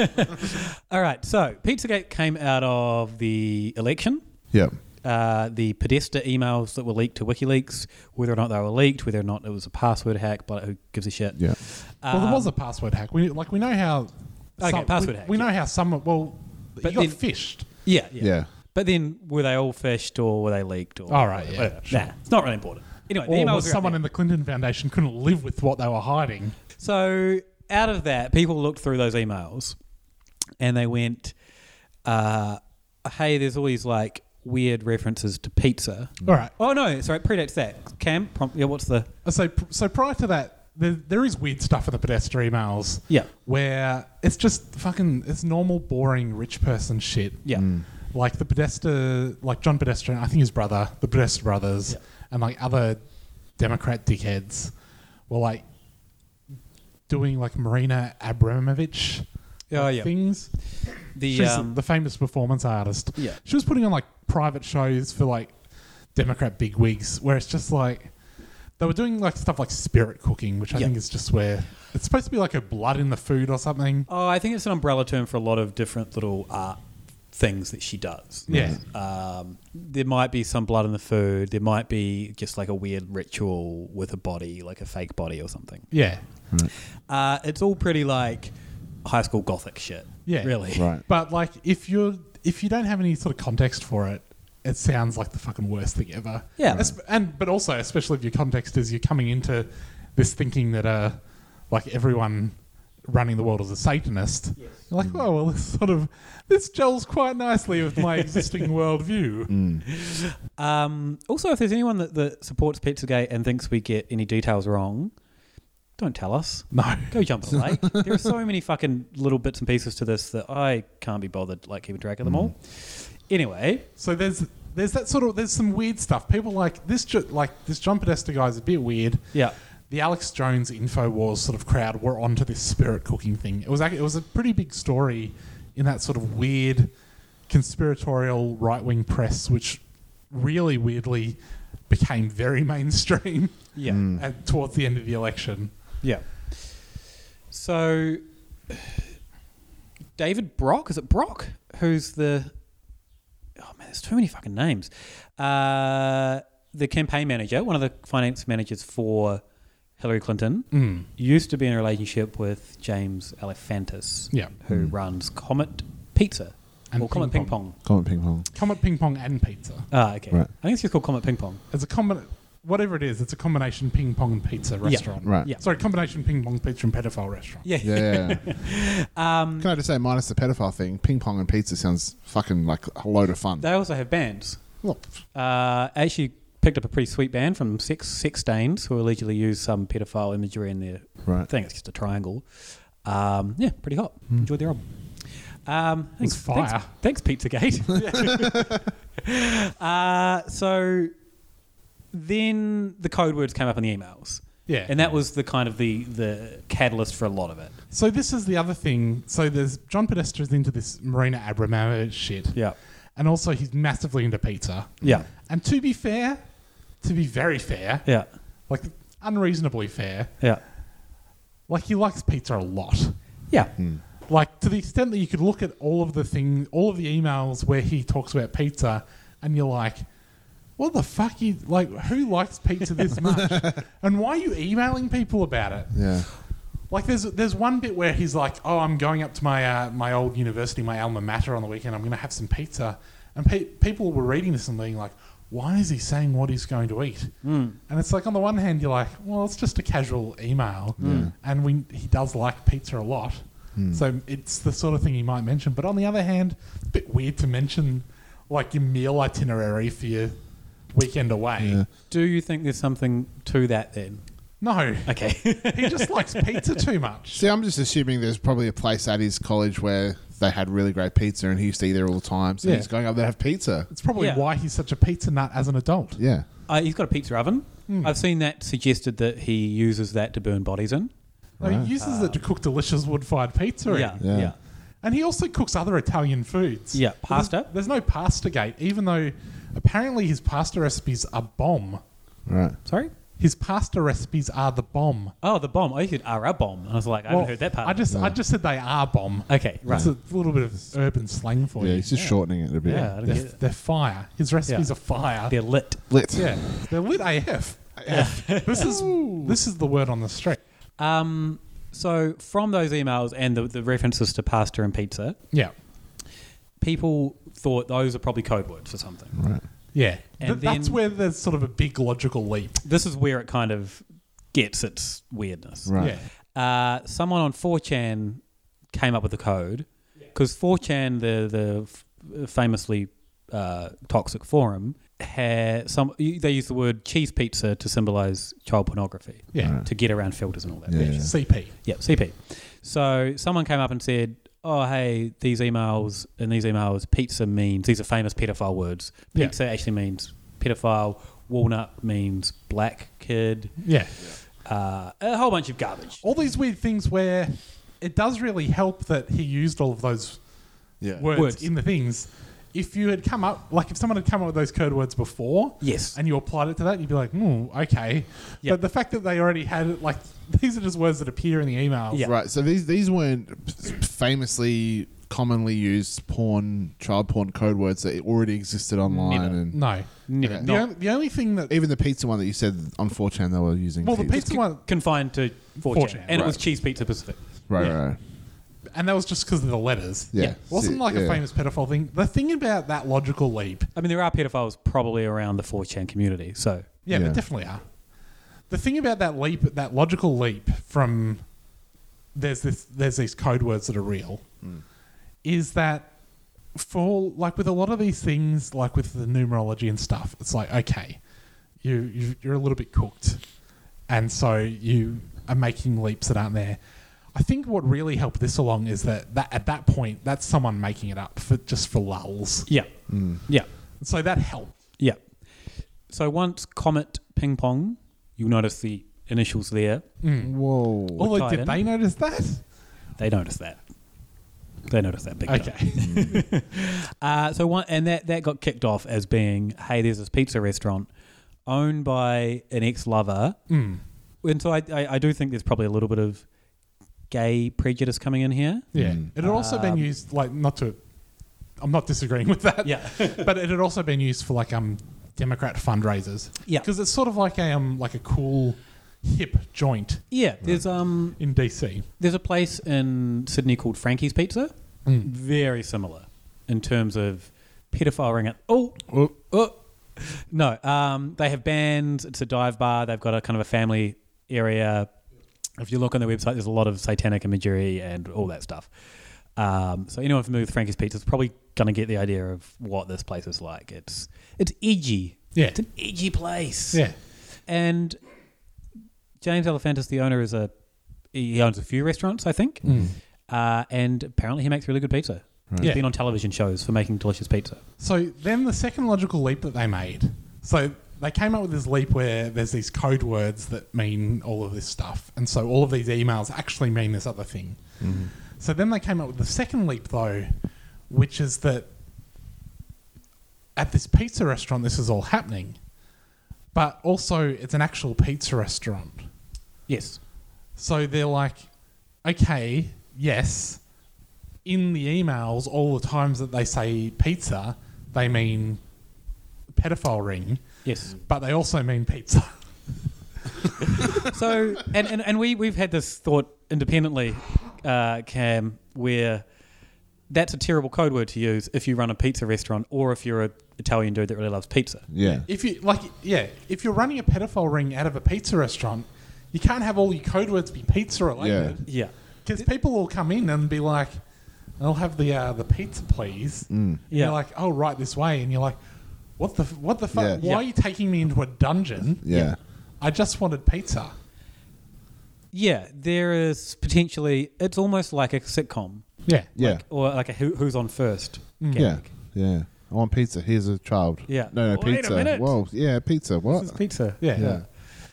F: All right, so Pizzagate came out of the election.
G: Yep.
F: Uh, the Podesta emails that were leaked to WikiLeaks, whether or not they were leaked, whether or not it was a password hack, but who gives a shit?
G: Yeah.
E: well, there was a password hack. We like we know how.
F: Um, Okay,
E: some-
F: password
E: we,
F: hack,
E: We know how some. Well,
F: But
E: but you got
F: then-
E: fished.
F: Yeah, yeah.
G: Yeah.
F: But then were they all fished or were they leaked? Or
E: All right, yeah,
F: whatever.
E: sure.
F: Oh, Nah, it's not really important. Anyway, the
E: or
F: emails
E: was
F: are out
E: someone in the Clinton Foundation couldn't live with what they were hiding.
F: So out of that, people looked through those emails and they went, uh, hey, there's all these like weird references to pizza.
E: All right.
F: Oh, no, sorry, it predates that. Cam, prompt, yeah, what's the.
E: Uh, So, so prior to that, there, there is weird stuff in the pedestal emails.
F: Yeah.
E: Where it's just fucking it's normal, boring, rich person shit.
F: Yeah.
E: Like the Podesta, like John Podesta, and I think his brother, the Podesta brothers, and like other Democrat dickheads were like doing like Marina Abramovich
F: Oh,
E: like,
F: yeah.
E: things.
F: The,
E: She's
F: um,
E: the famous performance artist.
F: Yeah.
E: She was putting on like private shows for like Democrat bigwigs where it's just like they were doing like stuff like spirit cooking, which I
F: Yeah.
E: think is just where it's supposed to be like a blood in the food or something.
F: Oh, I think it's an umbrella term for a lot of different little art things that she does.
E: Yeah.
F: Um, there might be some blood in the food. There might be just like a weird ritual with a body, like a fake body or something.
E: Yeah.
F: Uh, it's all pretty like high school gothic shit.
E: Yeah.
F: Really.
E: But like if you're if you don't have any sort of context for it, it sounds like the fucking worst thing ever.
F: Yeah.
E: Es- and but also especially if your context is you're coming into this thinking that uh like everyone running the world is a Satanist. You're like, oh well this sort of this gels quite nicely with my existing worldview.
F: Um, also, if there's anyone that, that supports Pizzagate and thinks we get any details wrong, don't tell us.
E: No.
F: Go jump in the lake. there are so many fucking little bits and pieces to this that I can't be bothered like keeping track of them all. Anyway,
E: So there's there's that sort of there's some weird stuff. People like this ju- like this John Podesta guy's a bit weird.
F: Yeah.
E: The Alex Jones InfoWars sort of crowd were onto this spirit cooking thing. It was ac- it was a pretty big story in that sort of weird conspiratorial right wing press, which really weirdly became very mainstream.
F: Yeah. Mm.
E: At, towards the end of the election.
F: Yeah. So, David Brock is it Brock? Who's the? Oh man, there's too many fucking names. Uh, the campaign manager, one of the finance managers for Hillary Clinton,
E: Mm.
F: used to be in a relationship with James Alephantis,
E: Yeah.
F: who runs Comet Pizza
E: And
F: or Comet
E: Ping
F: Ping Pong.
G: Comment ping pong.
E: Comet ping pong and pizza.
F: Ah, okay.
G: Right.
F: I think it's just called Comet Ping Pong.
E: It's a combin whatever it is, it's a combination ping pong and pizza restaurant.
G: Right. Yeah.
E: Sorry, combination ping pong pizza and pedophile restaurant.
F: Yeah.
G: Yeah.
F: Um,
G: Can I just say, minus the pedophile thing, ping pong and pizza sounds fucking like a load of fun.
F: They also have bands.
G: Look.
F: Uh, actually picked up a pretty sweet band from Six Six Danes, who allegedly used some pedophile imagery in their
G: Right.
F: thing. It's just a triangle. Um, yeah, pretty hot. Enjoyed their album. Um, thanks,
E: It's Hmm. fire.
F: Thanks, thanks Pizzagate. uh, so then the code words came up in the emails.
E: Yeah.
F: And that was the kind of the, the catalyst for a lot of it.
E: So this is the other thing. So there's John Pedestra's into this Marina Abramovich shit.
F: Yeah.
E: And also he's massively into pizza.
F: Yeah.
E: And to be fair, to be very fair,
F: Yeah.
E: like unreasonably fair,
F: Yeah.
E: like he likes pizza a lot.
F: Yeah.
G: Hmm.
E: Like to the extent that you could look at all of the thing, all of the emails where he talks about pizza, and you're like, what the fuck? You like who likes pizza this much? and why are you emailing people about it?
G: Yeah.
E: Like there's there's one bit where he's like, "Oh, I'm going up to my uh, my old university, my alma mater on the weekend. I'm going to have some pizza." And pe- people were reading this and being like, "Why is he saying what he's going to eat?" Mm. And it's like on the one hand you're like, "Well, it's just a casual email."
G: Yeah.
E: And we he does like pizza a lot.
G: Mm.
E: So it's the sort of thing he might mention, but on the other hand, a bit weird to mention like your meal itinerary for your weekend away.
F: Do you think there's something to that then?
E: No.
F: Okay.
E: he just likes pizza too much.
G: See, I'm just assuming there's probably a place at his college where they had really great pizza and he used to eat there all the time. So
E: Yeah.
G: he's going up there to have pizza.
E: It's probably
F: Yeah.
E: why he's such a pizza nut as an adult.
G: Yeah.
F: Uh, he's got a pizza oven.
G: Mm.
E: Hmm.
F: I've seen that suggested that he uses that to burn bodies in.
E: Like, He uses it to cook delicious wood-fired pizza. in.
F: Yeah, Yeah. yeah.
E: And he also cooks other Italian foods.
F: Yeah,
E: But there's-
F: pasta.
E: There's, no pasta gate, even though Apparently, his pasta recipes are bomb.
G: Right.
F: Sorry?
E: His pasta recipes are the bomb.
F: Oh, the bomb. Oh, you said are a bomb. I was like, I haven't
E: Well,
F: heard that part.
E: I just, I just said they are bomb.
F: Okay, right.
E: It's a little bit of urban slang for
G: Yeah,
E: you.
G: he's just shortening it a bit.
F: Yeah, I don't
E: they're,
F: get it.
E: they're fire. His recipes
F: Yeah.
E: are fire.
F: They're lit.
G: Lit.
E: Yeah, they're lit AF. this is this is the word on the street.
F: Um, so from those emails and the, the references to pasta and pizza,
E: Yeah.
F: people thought those are probably code words for something.
G: Right.
E: Yeah,
F: And
E: Th- that's
F: then-
E: where there's sort of a big logical leap.
F: This is where it kind of gets its weirdness.
E: Right.
F: Uh, someone on 4chan came up with a code because 4chan, the the f- famously uh, toxic forum, had some. They use the word cheese pizza to symbolize child pornography.
E: Yeah.
F: To get around filters and all that.
E: Yeah.
F: bullshit.
E: CP.
F: Yeah, CP. So someone came up and said, "Oh, hey, these emails and these emails, pizza means these are famous pedophile words.
E: Yeah.
F: Pizza actually means pedophile. Walnut means black kid.
E: Yeah.
F: Uh, a whole bunch of garbage.
E: All these weird things where it does really help that he used all of those
G: Yeah.
E: words,
F: Words.
E: in the things. If you had come up, like if someone had come up with those code words before,
F: Yes.
E: and you applied it to that, you'd be like, hmm, okay. But the fact that they already had it, like these are just words that appear in the emails.
G: Right. So these these weren't famously commonly used porn child porn code words that already existed online
E: Never.
G: and
E: No.
F: Never.
G: Okay.
E: The, on- the only thing that
G: even the pizza one that you said on 4chan they were using
E: Well, the
G: pizza.
E: pizza one,
F: Confined to 4chan,
E: 4chan,
F: and it was
E: right.
F: cheese pizza Pacific.
G: right,
E: yeah.
G: right, right.
E: and that was just because of the letters.
G: Yeah. Yeah.
E: wasn't
G: See,
E: like a
G: yeah.
E: famous pedophile thing. The thing about that logical leap,
F: I mean, there are pedophiles probably around the 4chan community. So
E: yeah,
F: Yeah.
E: there definitely are. The thing about that leap, that logical leap from there's this there's these code words that are real, is that for like with a lot of these things, like with the numerology and stuff, it's like okay, you, you you're a little bit cooked, and so you are making leaps that aren't there. I think what really helped this along is that, that at that point, that's someone making it up for just for lulls.
F: yeah, yeah,
E: So that helped.
F: yeah. So once Comet Ping Pong, you notice the initials there.
E: Hmm.
G: Whoa.
F: Oh,
E: Although, did they notice that?
F: They noticed that. They noticed that big
E: Okay.
F: time. uh, so one and that that got kicked off as being, hey, there's this pizza restaurant owned by an ex-lover,
E: Mm.
F: and so I, I I do think there's probably a little bit of gay prejudice coming in here.
E: Yeah. It had also been
F: Um,
E: used like not to I'm not disagreeing with that.
F: Yeah.
E: but it had also been used for like um Democrat fundraisers.
F: Yeah.
E: Because it's sort of like a um like a cool hip joint
F: Yeah, there's um
E: in DC.
F: there's a place in Sydney called Frankie's Pizza,
E: Mm.
F: very similar in terms of pedophile ring. Out. Oh, oh. no, um, they have bands. It's a dive bar. They've got a kind of a family area. If you look on their website, there's a lot of satanic imagery and all that stuff. Um, so anyone familiar with Frankie's Pizza is probably going to get the idea of what this place is like. It's it's edgy.
E: Yeah.
F: it's an edgy place.
E: Yeah.
F: And James Elephantis, the owner, is a he owns a few restaurants, I think,
G: Hmm.
F: uh, and apparently he makes really good pizza. He's
E: Yeah.
F: been on television shows for making delicious pizza.
E: So then the second logical leap that they made. So they came up with this leap where there's these code words that mean all of this stuff. And so all of these emails actually mean this other thing. So then they came up with the second leap though, which is that at this pizza restaurant this is all happening. But also it's an actual pizza restaurant.
F: Yes.
E: So they're like, okay, yes. In the emails, all the times that they say pizza, they mean pedophile ring,
F: Yes.
E: but they also mean pizza.
F: So, and, and, and we, we've had this thought independently, uh, Cam, where that's a terrible code word to use if you run a pizza restaurant or if you're an Italian dude that really loves pizza.
G: Yeah.
E: If you like, yeah, if you're running a pedophile ring out of a pizza restaurant, you can't have all your code words be pizza related.
F: Yeah.
E: Because people will come in and be like, "I'll have the uh, the pizza, please." And
F: Yeah.
E: You're like, "Oh, right this way," and you're like, "What the f- what the fuck?
G: Yeah.
E: Why are
F: Yeah.
E: you taking me into a dungeon?"
G: Yeah.
E: I just wanted pizza.
F: Yeah, there is potentially, it's almost like a sitcom
E: Yeah.
G: Yeah.
F: or like a who, who's on first. gag.
G: Yeah. Yeah. I want pizza. Here's a child.
F: Yeah.
G: No, no,
F: Wait a
G: pizza.
F: minute.
G: Whoa. Yeah, pizza. What?
F: This is pizza.
E: Yeah.
G: Yeah.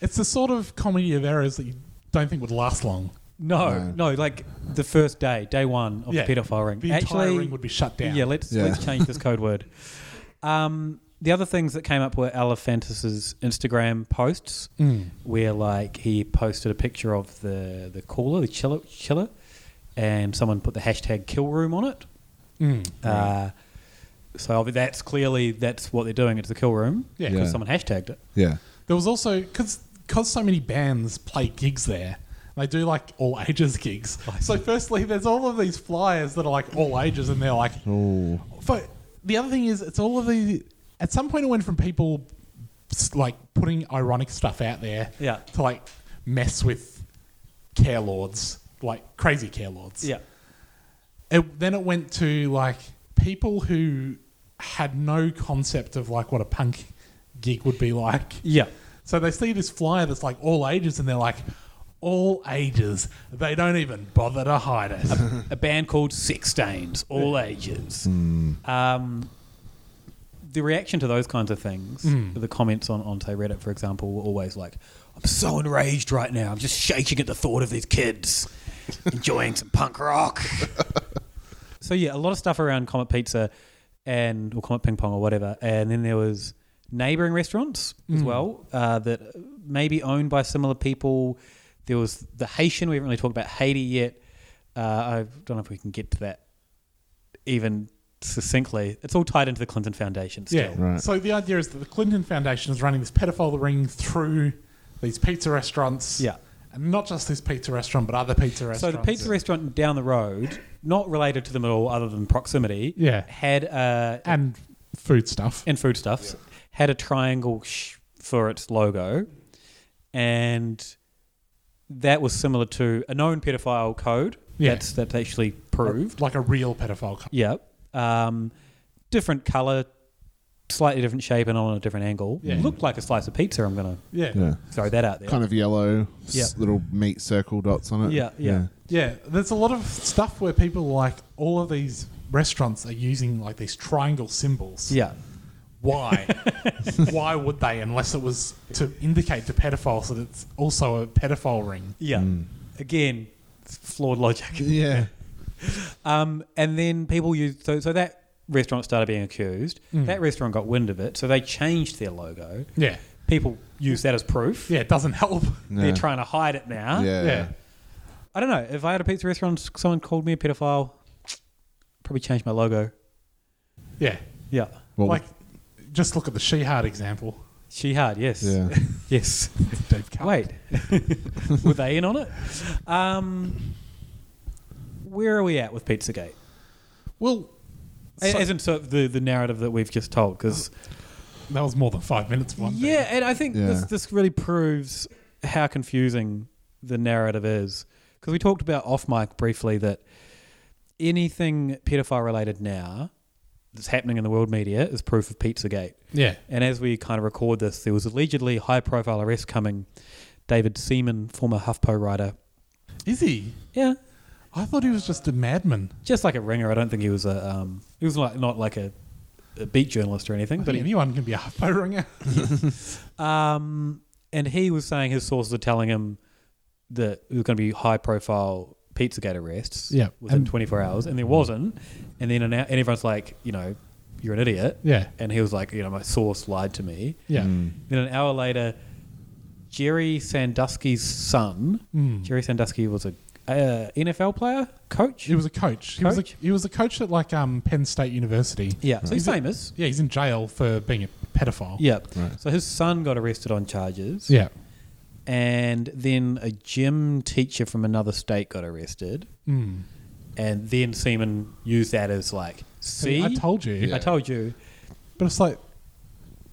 E: It's the sort of comedy of errors that you don't think would last long.
F: No, no, like the first day, day one of
E: Yeah.
F: the pedophile ring.
E: The entire
F: Actually,
E: ring would be shut down.
F: Yeah, let's
G: Yeah.
F: let's change this code word. Um, the other things that came up were Elephantus's Instagram posts,
E: Mm.
F: where like he posted a picture of the the cooler, the chiller, chiller, and someone put the hashtag kill room on it.
E: Mm.
F: Uh, so obvi- that's clearly that's what they're doing. It's the kill room
E: Yeah.
F: because
E: Yeah.
F: someone hashtagged it.
G: Yeah.
E: There was also because because so many bands play gigs there. They do like all ages gigs. So firstly, there's all of these flyers that are like all ages, and they're like.
G: Oh.
E: But the other thing is, it's all of the. At some point, it went from people s- like putting ironic stuff out there,
F: Yeah.
E: to like mess with care lords, like crazy care lords.
F: Yeah.
E: It, then it went to like people who had no concept of like what a punk gig would be like.
F: Yeah.
E: So they see this flyer that's like all ages, and they're like, all ages. They don't even bother to hide it.
F: A, a band called Sex Stains, all ages. Um, the reaction to those kinds of things,
E: Mm.
F: the comments on, on say Reddit, for example, were always like, "I'm so enraged right now. I'm just shaking at the thought of these kids enjoying some punk rock." so yeah, a lot of stuff around Comet Pizza and or Comet Ping Pong or whatever, and then there was neighboring restaurants as
E: Mm.
F: well uh, that maybe owned by similar people. There was the Haitian. We haven't really talked about Haiti yet. Uh, I don't know if we can get to that even succinctly. It's all tied into the Clinton Foundation. Still.
E: Yeah. So the idea is that the Clinton Foundation is running this pedophile ring through these pizza restaurants.
F: Yeah.
E: And not just this pizza restaurant, but other pizza restaurants.
F: So the pizza restaurant down the road, not related to them at all, other than proximity,
E: Yeah.
F: had uh,
E: and food stuff
F: and foodstuffs had a triangle sh- for its logo, and that was similar to a known pedophile code.
E: Yeah.
F: That's that's actually proved.
E: Like a real pedophile code.
F: Yeah. Um, different color, slightly different shape, and on a different angle.
E: Yeah.
F: Looked like a slice of pizza. I'm gonna
E: Yeah.
G: Yeah.
F: throw that out there.
G: Kind of yellow, s-
F: Yeah.
G: little meat circle dots on it.
F: Yeah, yeah.
E: Yeah, there's a lot of stuff where people like all of these restaurants are using like these triangle symbols.
F: Yeah.
E: Why? Why would they unless it was to indicate to pedophiles that it's also a pedophile ring?
F: Yeah.
G: Mm.
F: Again, it's flawed logic.
G: Yeah.
F: um, and then people used so so that restaurant started being accused.
E: Mm.
F: That restaurant got wind of it, so they changed their logo.
E: Yeah.
F: People use that as proof.
E: Yeah, it doesn't help.
F: They're
E: No.
F: trying to hide it now.
G: Yeah. Yeah.
F: I don't know. If I had a pizza restaurant, someone called me a pedophile, probably change my logo.
E: Yeah.
F: Yeah.
G: Well-
E: like, just look at the Shehard example.
F: Shehard, yes.
G: Yeah.
F: yes. Wait. Were they in on it? Um, where are we at with Pizzagate?
E: Well,
F: A-
E: so-
F: as in so the, the narrative that we've just told, because
E: That was more than five minutes. One.
F: yeah, and I think
E: Yeah.
F: this this really proves how confusing the narrative is because we talked about off mic briefly that anything pedophile related now that's happening in the world media is proof of Pizzagate.
E: Yeah.
F: And as we kind of record this, there was allegedly high profile arrest coming. David Seaman, former HuffPo writer,
E: Is he?
F: Yeah.
E: I thought he was just a madman.
F: just like a ringer. I don't think he was a um, he was like not like a, a beat journalist or anything.
E: But
F: But he,
E: anyone can be a HuffPo ringer.
F: Um, and he was saying his sources are telling him that it was going to be high profile Pizzagate arrests
E: Yeah,
F: within
E: and-
F: 24 hours, and there wasn't. And then an, and everyone's like, you know, you're an idiot.
E: Yeah.
F: And he was like, you know, my source lied to me.
E: Yeah. Mm.
F: Then an hour later, Jerry Sandusky's son,
E: Mm.
F: Jerry Sandusky was a uh, NFL player, coach.
E: He was a coach. He was a, he was a coach at like um, Penn State University.
F: Yeah, so he's
E: a-
F: famous.
E: yeah, he's in jail for being a pedophile.
F: Yeah. So his son got arrested on charges.
E: Yeah.
F: And then a gym teacher from another state got arrested.
E: Hmm.
F: And then Seaman used that as like, see,
E: I told you.
F: I told you.
E: But it's like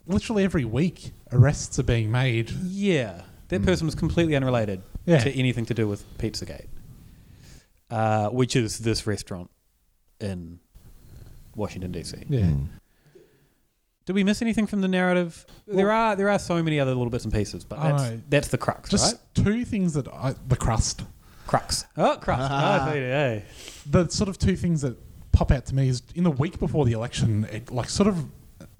E: literally every week arrests are being made.
F: Yeah, that person was completely unrelated
E: Yeah.
F: to anything to do with Pizzagate, uh, which is this restaurant in Washington DC.
E: Yeah.
F: Did we miss anything from the narrative? there are there are so many other little bits and pieces, but
E: I
F: that's,
E: know.
F: that's the crux,
E: Just
F: right?
E: two things that I the crust.
F: Crux. Oh, crust. Ah, I see, yeah.
E: The sort of two things that pop out to me is in the week before the election, it like sort of.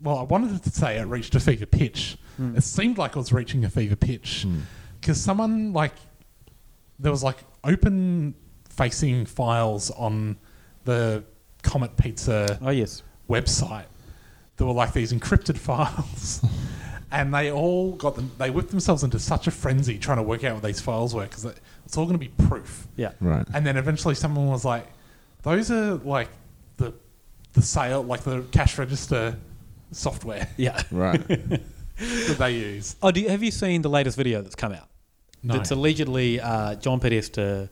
E: Well, I wanted to say it reached a fever pitch.
F: Hmm.
E: It seemed like it was reaching a fever pitch because someone like there was like open facing files on the Comet Pizza
F: oh yes
E: website that were like these encrypted files. And they all got them. They whipped themselves into such a frenzy trying to work out what these files were because it's all going to be proof.
F: Yeah.
G: Right.
E: And then eventually someone was like, "Those are like the the sale, like the cash register software."
F: Yeah.
G: Right.
E: that they use.
F: Oh, do you, have you seen the latest video that's come out?
E: No.
F: It's allegedly uh, John Podesta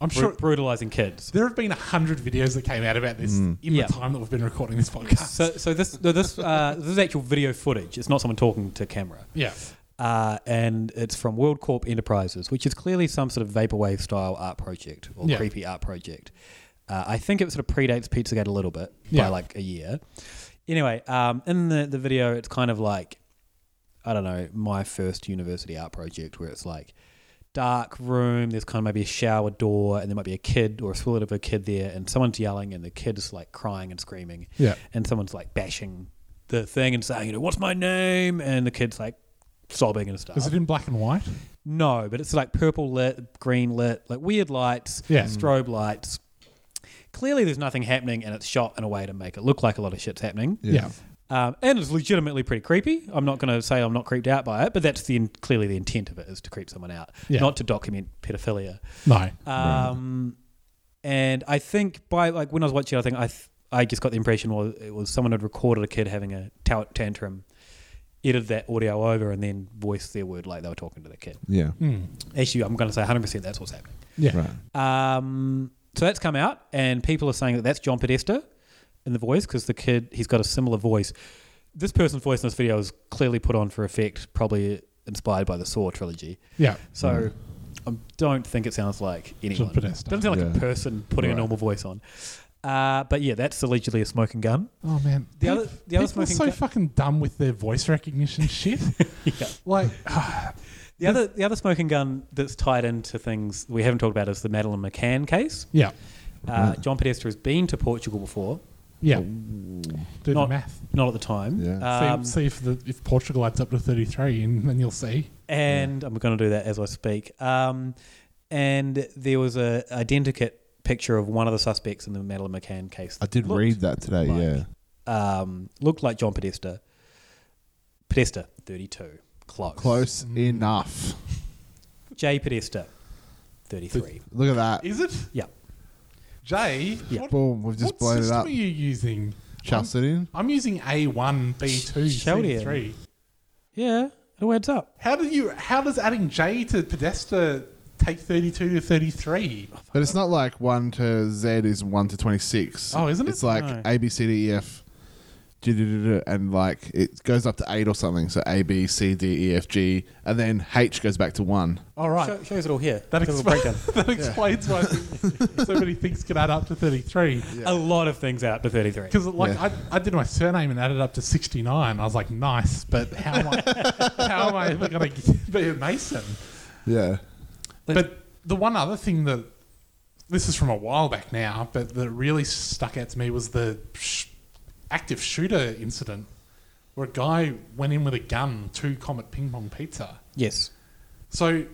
E: I'm
F: bru-
E: sure-
F: brutalizing kids.
E: There have been a hundred videos that came out about this
F: Mm.
E: in
F: Yeah.
E: the time that we've been recording this podcast.
F: So, so this no, this uh, this is actual video footage. It's not someone talking to camera.
E: Yeah.
F: Uh, and it's from World Corp Enterprises, which is clearly some sort of vaporwave style art project or
E: Yeah.
F: creepy art project. Uh, I think it sort of predates Pizzagate a little bit
E: Yeah.
F: by like a year. Anyway, um, in the, the video, it's kind of like I don't know my first university art project where it's like dark room. There's kind of maybe a shower door, and there might be a kid or a silhouette of a kid there, and someone's yelling, and the kid's like crying and screaming
E: Yeah.
F: and someone's like bashing the thing and saying, you know, what's my name? And the kid's like sobbing and stuff.
E: Is it in black and white?
F: no, but it's like purple lit, green lit, like weird lights,
E: Yeah.
F: strobe lights. Clearly, there's nothing happening, and it's shot in a way to make it look like a lot of shit's happening.
E: Yeah.
F: Um, and it's legitimately pretty creepy. I'm not going to say I'm not creeped out by it, but that's the clearly the intent of it is to creep someone out,
E: Yeah.
F: not to document pedophilia.
E: No.
F: Um, and I think by like when I was watching, I think I th- I just got the impression was it was someone had recorded a kid having a ta- tantrum, edited that audio over, and then voiced their word like they were talking to the kid.
G: Yeah.
E: Mm.
F: Actually, I'm going to say 100 percent that's what's happening.
E: Yeah.
G: Right.
F: Um, so that's come out, and people are saying that that's John Podesta in the voice because the kid he's got a similar voice. This person's voice in this video is clearly put on for effect, probably inspired by the Saw trilogy.
E: Yeah. Mm.
F: So I don't think it sounds like anyone.
E: Podesta.
F: Doesn't sound like
E: Yeah.
F: a person putting
E: Right.
F: a normal voice on. Uh, but yeah, that's allegedly a smoking gun.
E: Oh man,
F: The
E: Pe-
F: other- the other
E: people are
F: smoking
E: so
F: gun-
E: fucking dumb with their voice recognition shit.
F: yeah.
E: Like
F: The other the other smoking gun that's tied into things we haven't talked about is the Madeline McCann case.
E: Yeah.
F: Uh, John Podesta has been to Portugal before.
E: Yeah. Do
F: not,
E: the math.
F: Not at the time. Um,
E: see, see if the, if Portugal adds up to thirty three, and then you'll see.
F: and I'm going to do that as I speak. Um, and there was a identikit picture of one of the suspects in the Madeline McCann case.
G: I did
F: Looked
G: read that today. yeah.
F: um, looked like John Podesta. Podesta, 32. Close.
G: Close
E: Hmm.
G: enough.
F: Jay Podesta, 33.
G: Look at that.
E: Is it?
F: Yeah.
E: Jay.
F: Yeah.
G: Boom. We've just
E: what
G: blown it
E: system
G: up.
E: are you using?
G: Chuffs it in.
E: I'm using A one, B two,
F: Shall we?
E: C three.
F: Yeah, it all adds up.
E: How do you? How does adding J to Podesta take thirty two to thirty three?
G: But it's not like 1 to Z is 1 to 26.
E: Oh, isn't it?
G: It's like
E: No.
G: A, B, C, D, E, F, G, D, D, D, and like it goes up to 8 or something. So A, B, C, D, E, F, G, and then H goes back to 1.
E: All right.
F: Show, shows it all here.
E: That,
F: Give us a
E: expla-
F: breakdown.
E: that explains why I think so many things can add up to 33.
F: A lot of things add up to 33.
E: Because like
F: Yeah.
E: I, I did my surname and added up to 69. I was like, nice, but how am I, how am I ever going to be a Mason?
G: Yeah.
E: But the one other thing that this is from a while back now, but that really stuck out to me was the sh- active shooter incident where a guy went in with a gun to Comet Ping Pong Pizza.
F: Yes.
E: So,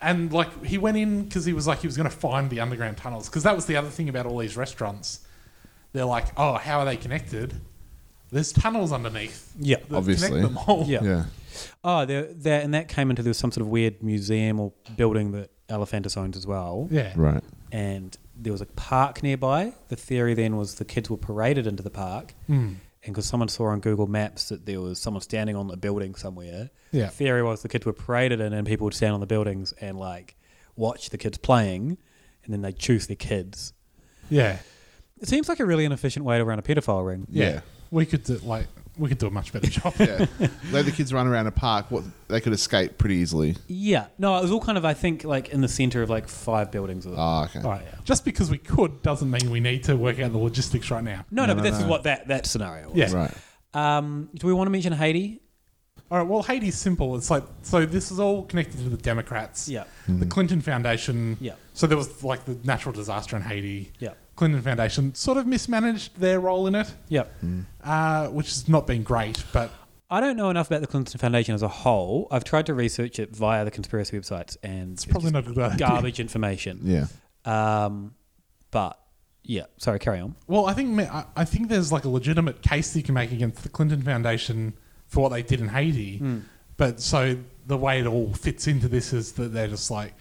E: and like he went in because he was like he was going to find the underground tunnels because that was the other thing about all these restaurants. They're like, oh, how are they connected? There's tunnels underneath.
F: Yeah.
E: that Connect them all.
F: Yeah. Oh, there, there, and that came into there was some sort of weird museum or building that Elephantis owned as well.
E: Yeah.
G: Right.
F: And there was a park nearby. The theory then was the kids were paraded into the park.
E: Hmm.
F: And because someone saw on Google Maps that there was someone standing on the building somewhere,
E: Yeah.
F: theory was the kids were paraded in, and people would stand on the buildings and like watch the kids playing, and then they'd choose their kids.
E: Yeah.
F: It seems like a really inefficient way to run a pedophile ring.
E: Yeah. We could do like we could do a much better job.
G: yeah. Let the kids run around a park. What They could escape pretty easily.
F: Yeah. No, it was all kind of I think like in the center of like five buildings. Or
G: Oh, okay.
E: All right. Just because we could doesn't mean we need to work out the logistics right now.
F: No, no, but this is what that that scenario was.
E: Yeah. Right.
F: Um, do we want to mention Haiti?
E: All right. Well, Haiti's simple. It's like so. This is all connected to the Democrats.
F: Yeah.
E: The Clinton Foundation.
F: Yeah.
E: So there was like the natural disaster in Haiti.
F: Yeah.
E: Clinton Foundation sort of mismanaged their role in it.
F: Yeah.
E: Uh, which has not been great, but
F: I don't know enough about the Clinton Foundation as a whole. I've tried to research it via the conspiracy websites, and it's
E: probably not a good idea.
F: garbage information.
G: Yeah.
F: Um, but Yeah. Sorry, carry on.
E: Well, I think ma- I- I think there's like a legitimate case that you can make against the Clinton Foundation for what they did in Haiti.
F: Mm.
E: But so the way it all fits into this is that they're just like,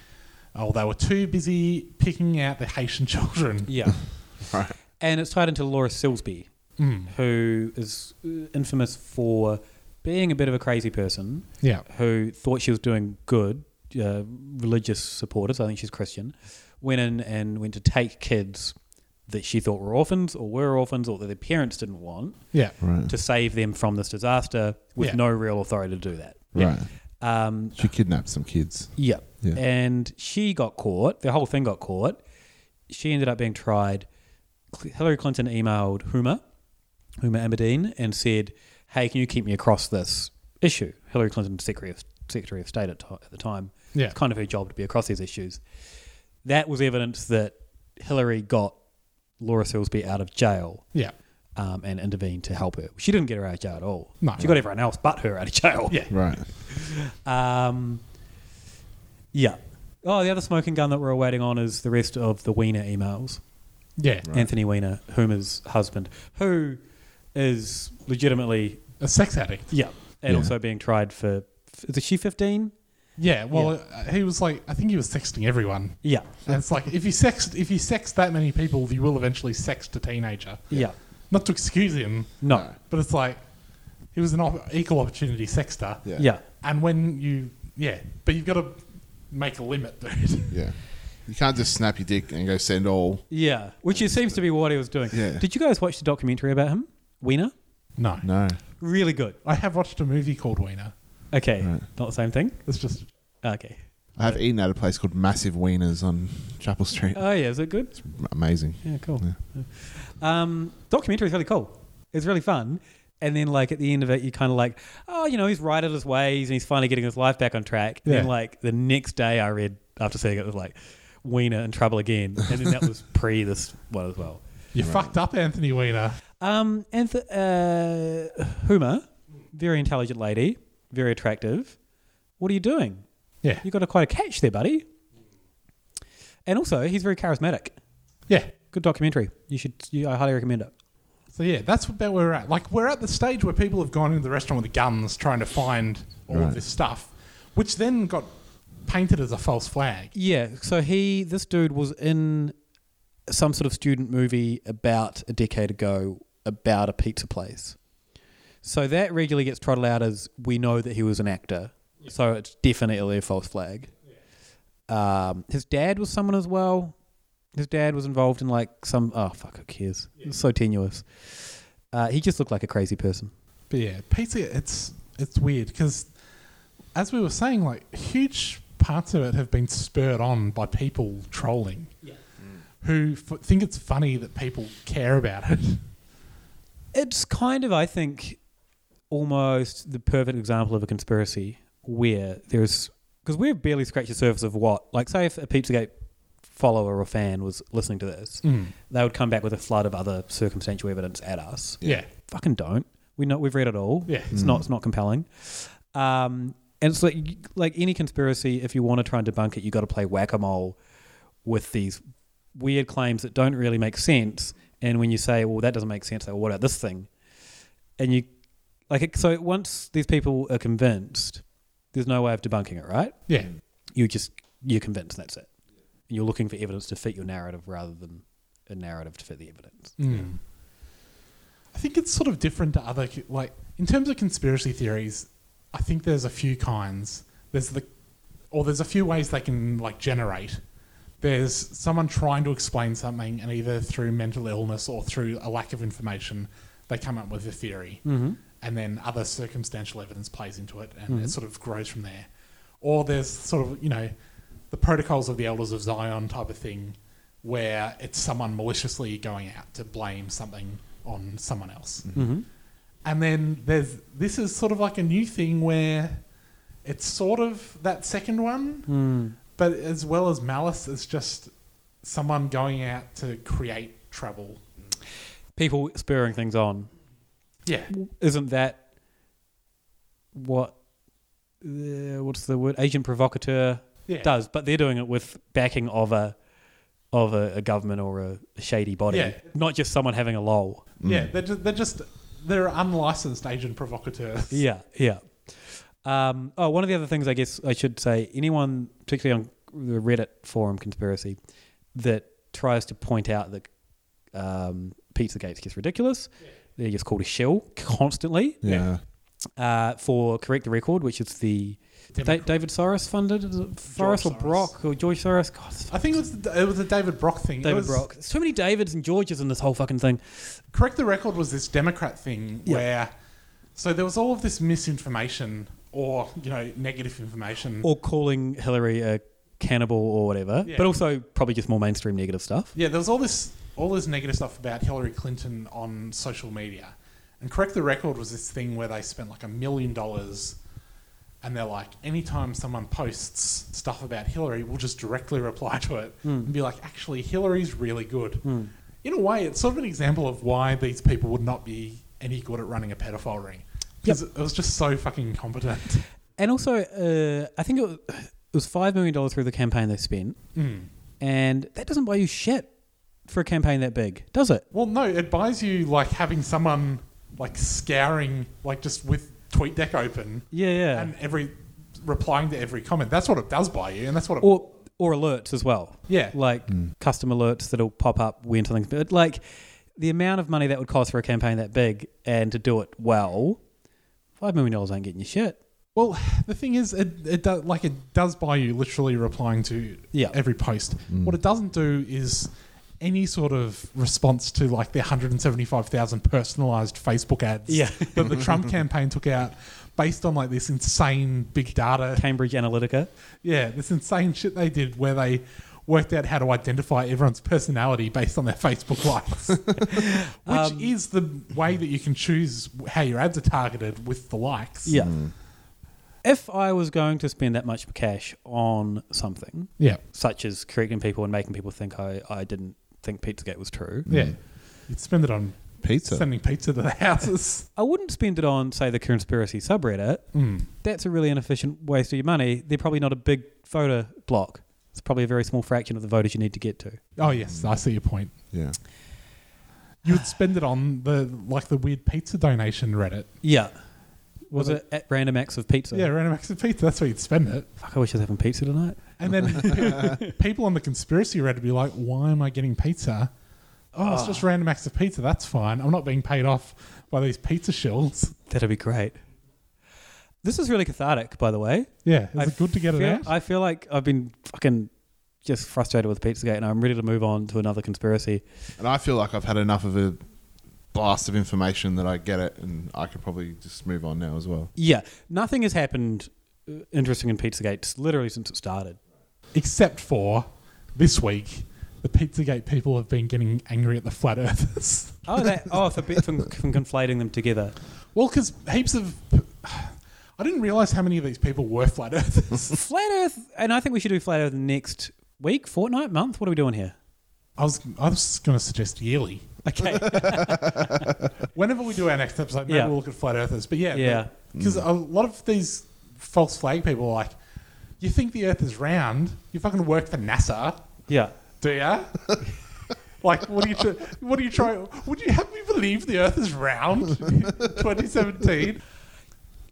E: oh, they were too busy picking out the Haitian children.
F: Yeah. right. And it's tied into Laura Silsby,
E: Mm.
F: who is uh, infamous for being a bit of a crazy person.
E: Yeah.
F: Who thought she was doing good, uh, religious supporters. I think she's Christian. Went in and went to take kids that she thought were orphans or were orphans or that their parents didn't want.
E: Yeah.
G: Right.
F: To save them from this disaster with
G: Yeah.
F: no real authority to do that.
G: Right.
F: Um,
G: She kidnapped some kids.
F: yeah.
G: Yeah.
F: And she got caught. The whole thing got caught. She ended up being tried. Cl- Hillary Clinton emailed Huma, Huma Abedin, and said, "Hey, can you keep me across this issue?" Hillary Clinton, Secretary of, Secretary of State at, ti- at the time.
E: Yeah.
F: It's kind of her job to be across these issues. That was evidence that Hillary got Laura Silsby out of jail.
E: Yeah.
F: Um, and intervened to help her. She didn't get her out of jail at all.
E: No.
F: She got everyone else but her out of jail. Yeah.
G: Right.
F: Um, yeah. Oh, the other smoking gun that we're all waiting on is the rest of the Wiener emails.
E: Yeah. Right.
F: Anthony Weiner, Huma's husband, who is legitimately
E: a sex addict.
F: Yeah, and
E: Yeah.
F: also being tried for is she fifteen?
E: Yeah, well, uh he was like, I think he was sexting everyone.
F: Yeah.
E: and it's like if you sext if you sex that many people, you will eventually sext a teenager.
F: Yeah.
E: not to excuse him.
F: No.
E: but it's like he was an op- equal opportunity sexter.
G: Yeah.
F: Yeah.
E: and when you yeah, but you've got to make a limit, dude.
G: Yeah. You can't just snap your dick and go send all.
F: Yeah, which it seems to be what he was doing.
G: Yeah.
F: Did you guys watch the documentary about him, Wiener?
E: No.
G: No.
F: Really good.
E: I have watched a movie called Wiener.
F: Okay, not the same thing.
E: It's just
F: Okay.
G: I have eaten at a place called Massive Wieners on Chapel Street.
F: Oh yeah, is it good?
G: Amazing.
F: Yeah, cool. Um, documentary is really cool. It's really fun. And then, like at the end of it, you kind of like, oh, you know, he's righted his ways and he's finally getting his life back on track. And then,
G: Yeah.
F: like the next day, I read after seeing it was like Wiener in trouble again. And then that was pre this one as well.
E: You fucked up, Anthony Weiner.
F: Um, and th- uh, Huma, very intelligent lady, very attractive. What are you doing?
E: Yeah,
F: you got a, quite a catch there, buddy. And also, he's very charismatic.
E: Yeah,
F: good documentary. You should. You, I highly recommend it.
E: So yeah, that's about where we're at. Like we're at the stage where people have gone into the restaurant with guns trying to find all
F: Right.
E: of this stuff, which then got painted as a false flag.
F: Yeah. So he, this dude, was in some sort of student movie about a decade ago about a pizza place. So that regularly gets trotted out as we know that he was an actor. So it's definitely a false flag. Um, his dad was someone as well. His dad was involved in like some. Oh fuck! Who cares? It's so tenuous. Uh, he just looked like a crazy person.
E: But yeah, pizza it's it's weird because as we were saying, like huge parts of it have been spurred on by people trolling, who f- think it's funny that people care about it.
F: It's kind of, I think, almost the perfect example of a conspiracy where there's because we've barely scratched the surface of what, like, say, if a Pizzagate follower or fan was listening to this,
E: Mm.
F: they would come back with a flood of other circumstantial evidence at us.
E: Yeah.
F: fucking don't. We know we've read it all.
E: Yeah.
F: it's
E: Mm.
F: not it's not compelling. Um, and it's like like any conspiracy, if you want to try and debunk it, you got to play whack a mole with these weird claims that don't really make sense. And when you say, well, that doesn't make sense, like, well, what about this thing? And you, like, it- so once these people are convinced, there's no way of debunking it, right?
E: Yeah.
F: You just, you're convinced, that's it. And you're looking for evidence to fit your narrative rather than a narrative to fit the evidence.
E: Mm. I think it's sort of different to other co- like in terms of conspiracy theories. I think there's a few kinds. There's the or there's a few ways they can like generate. There's someone trying to explain something, and either through mental illness or through a lack of information, they come up with a theory,
F: Mhm.
E: and then other circumstantial evidence plays into it, and it
F: Mhm.
E: sort of grows from there. Or there's sort of you know the protocols of the elders of Zion type of thing, where it's someone maliciously going out to blame something on someone else.
F: Mhm.
E: And then there's this is sort of like a new thing where it's sort of that second one,
F: Hmm.
E: but as well as malice, it's just someone going out to create trouble.
F: People spurring things on.
E: Yeah.
F: Isn't that what, uh, what's the word, agent provocateur
E: Yeah.
F: does? But they're doing it with backing of a, of a, a government or a shady body,
E: Yeah.
F: not just someone having a lol.
E: Yeah, they're just, they're just they're unlicensed agent provocateurs.
F: Yeah, yeah. Um, oh, one of the other things I guess I should say anyone, particularly on the Reddit forum conspiracy, that tries to point out that um, Pizzagate's just ridiculous, they're just called a shell constantly.
G: Yeah.
F: Uh, for Correct the Record, which is the Da- David Soros funded, is it Soros or Brock or George Soros? God, it's
E: I think it was the, it was the David Brock thing. It
F: David
E: was-
F: Brock. There's so many Davids and Georges in this whole fucking thing.
E: Correct the record was this Democrat thing where so there was all of this misinformation or you know negative information.
F: Or calling Hillary a cannibal or whatever,
E: Yeah.
F: but also probably just more mainstream negative stuff.
E: yeah, there was all this all this negative stuff about Hillary Clinton on social media. And correct the record was this thing where they spent like a million dollars and they're like anytime someone posts stuff about Hillary, we'll just directly reply to it
F: Mm.
E: and be like actually Hillary's really good.
F: Mm.
E: In a way, it's sort of an example of why these people would not be any good at running a pedophile ring. Because it was just so fucking incompetent.
F: And also, uh, I think it was, it was five million dollars through the campaign they spent,
E: Mm.
F: and that doesn't buy you shit for a campaign that big, does it?
E: Well, no, it buys you like having someone like scouring, like just with TweetDeck open.
F: Yeah, yeah.
E: And every replying to every comment. That's what it does buy you, and that's what it.
F: Or or alerts as well.
E: Yeah.
F: like
G: Hmm.
F: custom alerts that'll pop up when something's but like the amount of money that would cost for a campaign that big and to do it well, five million dollars ain't getting you shit.
E: well, the thing is, it it do, like it does buy you literally replying to
F: Yeah.
E: every post. What it doesn't do is any sort of response to like the 175,000 personalized Facebook ads
F: Yeah.
E: that the Trump campaign took out based on like this insane big data
F: Cambridge Analytica.
E: Yeah, this insane shit they did where they worked out how to identify everyone's personality based on their Facebook likes, which is the way that you can choose how your ads are targeted with the likes.
F: Yeah. If I was going to spend that much cash on something,
E: Yeah.
F: such as correcting people and making people think I, I didn't think Pizzagate was true,
E: Yeah. You'd spend it on
G: Pizza.
E: sending pizza to the houses.
F: I wouldn't spend it on, say, the conspiracy subreddit.
E: Mm.
F: That's a really inefficient waste of your money. They're probably not a big voter block. It's probably a very small fraction of the voters you need to get to.
E: Oh, yes, I see your point.
G: Yeah.
E: You would spend it on the like the weird pizza donation Reddit.
F: Yeah. Was it at random acts of pizza?
E: Yeah, random acts of pizza. That's where you'd spend it.
F: Fuck, I wish I was having pizza tonight.
E: And then people on the conspiracy Reddit would be like, why am I getting pizza? Oh, it's
F: Ah.
E: just random acts of pizza. That's fine. I'm not being paid off by these pizza shills.
F: That'd be great. This is really cathartic, by the way.
E: Yeah, is it good to get it
F: feel,
E: out?
F: I feel like I've been fucking just frustrated with Pizzagate and I'm ready to move on to another conspiracy.
G: And I feel like I've had enough of a blast of information that I get it, and I could probably just move on now as well.
F: Yeah, nothing has happened uh, interesting in Pizzagate literally since it started.
E: Except for this week, the Pizzagate people have been getting angry at the flat earthers.
F: Oh, that, oh for, from, from conflating them together.
E: well, because heaps of. I didn't realize how many of these people were flat earthers.
F: Flat Earth, and I think we should do Flat Earth next week, fortnight, month. What are we doing here?
E: I was I was going to suggest yearly.
F: Okay.
E: Whenever we do our next episode, maybe
F: Yeah.
E: we'll look at flat earthers. But yeah,
F: Yeah.
E: because
F: Mm.
E: a lot of these false flag people are like, you think the Earth is round? You fucking work for NASA,
F: Yeah.
E: do ya? like, what are you? Tr- what are you trying? Would you have me believe the Earth is round? 2017.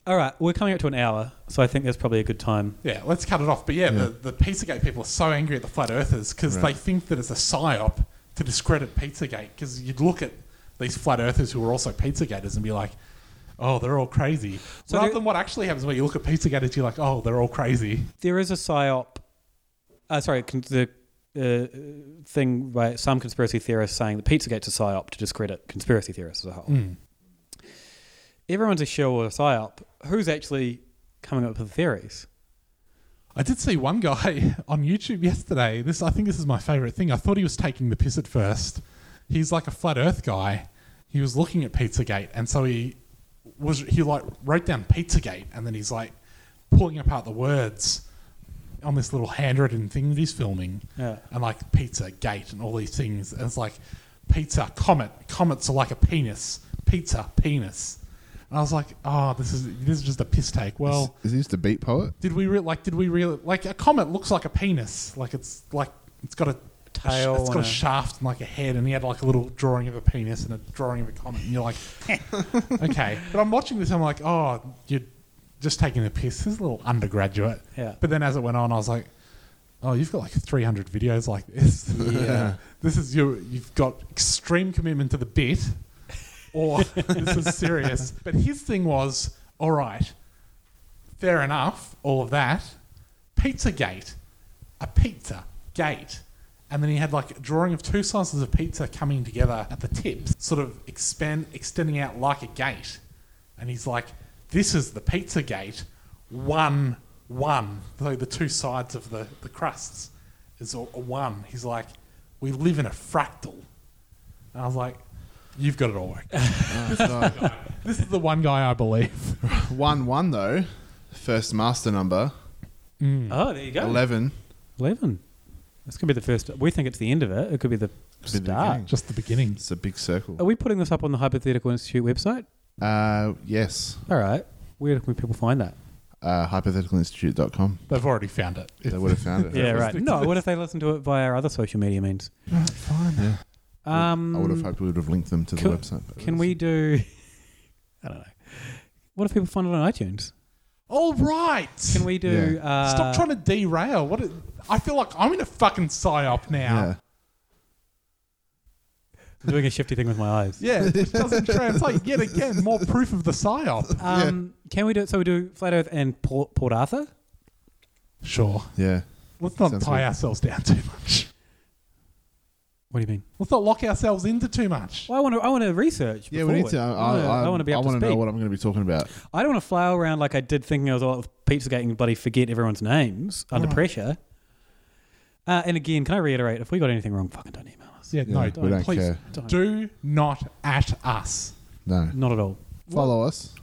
F: All right, we're coming up to an hour, so I think that's probably a good time.
E: Yeah, let's cut it off. But yeah, The, the Pizzagate people are so angry at the flat earthers because
F: Right.
E: they think that it's a psyop to discredit Pizzagate. Because you'd look at these flat earthers who are also Pizzagaters and be like, oh, they're all crazy.
F: So
E: Rather
F: there-
E: than what actually happens when you look at Pizzagaters, you're like, oh, they're all crazy.
F: There is a psyop. Uh, sorry, con- the uh, thing by some conspiracy theorists saying that Pizzagate's a psyop to discredit conspiracy theorists as a whole.
E: Mm.
F: Everyone's a shill or a psyop. Who's actually coming up with the theories?
E: I did see one guy on YouTube yesterday. This I think this is my favorite thing. I thought he was taking the piss at first. He's like a flat Earth guy. He was looking at Pizzagate, and so he was he like wrote down Pizzagate, and then he's like pulling apart the words on this little handwritten thing that he's filming,
F: Yeah.
E: and like pizza gate and all these things. And it's like pizza comet. Comets are like a penis. Pizza penis. And I was like, oh, this is this is just a piss take. Well.
G: Is he just a beat poet?
E: Did we re- like? Did we real like a comet looks like a penis? Like it's like it's got a
F: tail.
E: It's got
F: and
E: a shaft and like a head, and he had like a little drawing of a penis and a drawing of a comet. And you're like, okay. But I'm watching this, I'm like, oh, you're just taking the piss. This is a little undergraduate.
F: Yeah.
E: But then as it went on, I was like, oh, you've got like 300 videos like this.
F: Yeah.
E: this is your, you've got extreme commitment to the bit, or this is serious. But his thing was, all right, fair enough, all of that. Pizzagate. A pizza gate. And then he had like a drawing of two slices of pizza coming together at the tips, sort of expand extending out like a gate. And he's like, This is the pizza gate. One one. So the two sides of the, the crusts is a, a one. He's like, We live in a fractal. And I was like, You've got it all worked. this, is the guy, this is the one guy I believe.
G: one one though, first master number.
E: Mm.
F: Oh, there you go.
G: Eleven.
F: Eleven. This could be the first. We think it's the end of it. It could be the start.
E: just the beginning.
G: It's a big circle.
F: Are we putting this up on the Hypothetical Institute website?
G: Uh, yes.
F: All right. Where can people find that?
G: Uh, hypotheticalinstitute.com.
E: They've already found it.
G: They would have found it.
F: yeah, right. No, what if they listen to it via our other social media means?
E: Right, fine.
G: Yeah.
F: Um,
G: I would have hoped we would have linked them to the
F: Can-
G: website. but-
F: Can we do? I don't know. What if people find it on iTunes?
E: All right.
F: Can we do? Uh,
E: Stop trying to derail. What? It, I feel like I'm in a fucking psyop now.
F: I'm doing a shifty thing with my eyes.
E: Yeah, it doesn't translate yet again. More proof of the psyop.
F: Um, Can we do? So we do Flat Earth and Port, Port Arthur.
E: Sure.
G: Yeah.
E: Let's not
G: Sounds
E: tie
G: good.
E: ourselves down too much.
F: What do you mean?
E: Let's not lock ourselves into too much.
F: Well, I want to. I want to research.
G: Yeah, we
F: before
G: need to.
F: it.
G: I,
F: I,
G: I,
F: want to be able
G: I
F: to
G: wanna
F: speak.
G: know what I'm going to be talking about.
F: I don't want to flail around like I did thinking I was all Pizzagate and bloody forget everyone's names under
E: Right.
F: pressure. Uh, and again, can I reiterate? If we got anything wrong, fucking don't email us.
E: Yeah, no,
G: we
E: don't,
G: don't
E: please
G: care.
F: Don't.
E: do not at us.
G: No.
F: Not at all.
G: Follow us.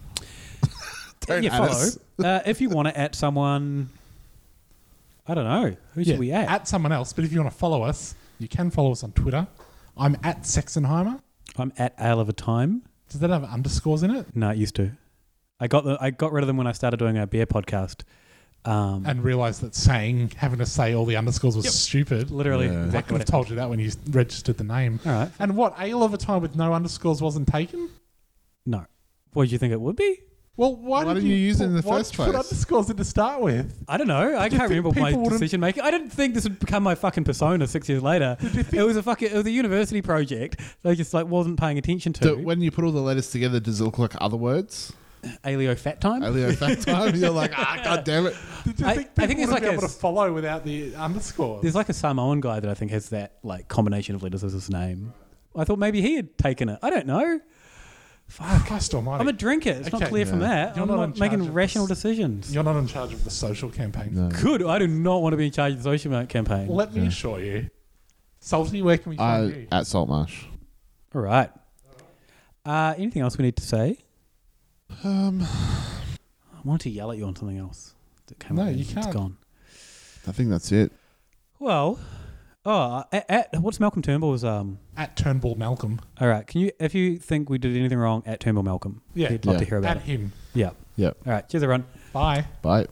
G: Don't
F: yeah,
G: at
F: follow.
G: us.
F: uh, if you want to at someone, I don't know. Who
E: Yeah,
F: should we at?
E: At someone else, but if you want to follow us, you can follow us on Twitter. I'm at Sexenheimer.
F: I'm at Ale of a Time.
E: Does that have underscores in it?
F: No, it used to. I got the, I got rid of them when I started doing our beer podcast. Um,
E: And realised that saying having to say all the underscores was
F: Yep.
E: stupid.
F: literally,
G: Yeah.
E: I
F: exactly
E: could
F: what
E: have
F: it-
E: told you that when you registered the name.
F: All right.
E: And what ale of a time with no underscores wasn't taken?
F: No. What did you think it would be?
E: Well, why,
G: Why didn't you use it in the
E: why
G: first
E: did you Put
G: place?
E: underscores in to start with.
F: I don't know. I
E: Did you
F: can't
E: think
F: remember my
E: people wouldn't-
F: decision making. I didn't think this would become my fucking persona six years later. It was a fucking it was a university project that I just like wasn't paying attention to.
G: Do- when you put all the letters together, does it look like other words?
F: Alio fat time.
G: Alio fact time. You're like, ah, god damn it.
E: Did you
F: I-
E: think
F: I
E: people
F: think it's
E: would
F: like
E: be
F: a
E: able to
F: s-
E: follow without the underscore?
F: There's like a Samoan guy that I think has that like combination of letters as his name. I thought maybe he had taken it. I don't know.
E: Christ almighty.
F: I'm a drinker. It's not
E: Okay.
F: clear from
G: Yeah.
F: that.
E: You're
F: I'm
E: not
F: not,
E: in charge of
F: making
E: this.
F: rational decisions.
E: You're not in charge of the social campaign.
G: No.
F: Good. I do not want to be in charge of the social media campaign.
E: Let me
G: Yeah.
E: assure you. Salty, where can we
G: Uh,
E: find you?
G: at Saltmarsh.
F: All right. Uh, anything else we need to say?
G: Um,
F: I wanted to yell at you on something else. That
G: Oh,
F: came
E: No,
F: up.
E: you
F: It's
E: can't.
F: gone.
G: I think that's it.
F: Well, oh, at, at- what's Malcolm Turnbull's? Um,
E: At Turnbull Malcolm.
F: all right. Can you, if you think we did anything wrong, at Turnbull Malcolm,
E: Yeah.
F: he'd love
G: Yeah.
F: to hear about
E: At
F: it.
E: him.
F: Yeah.
G: Yeah.
F: All right. Cheers, everyone.
E: Bye.
G: Bye.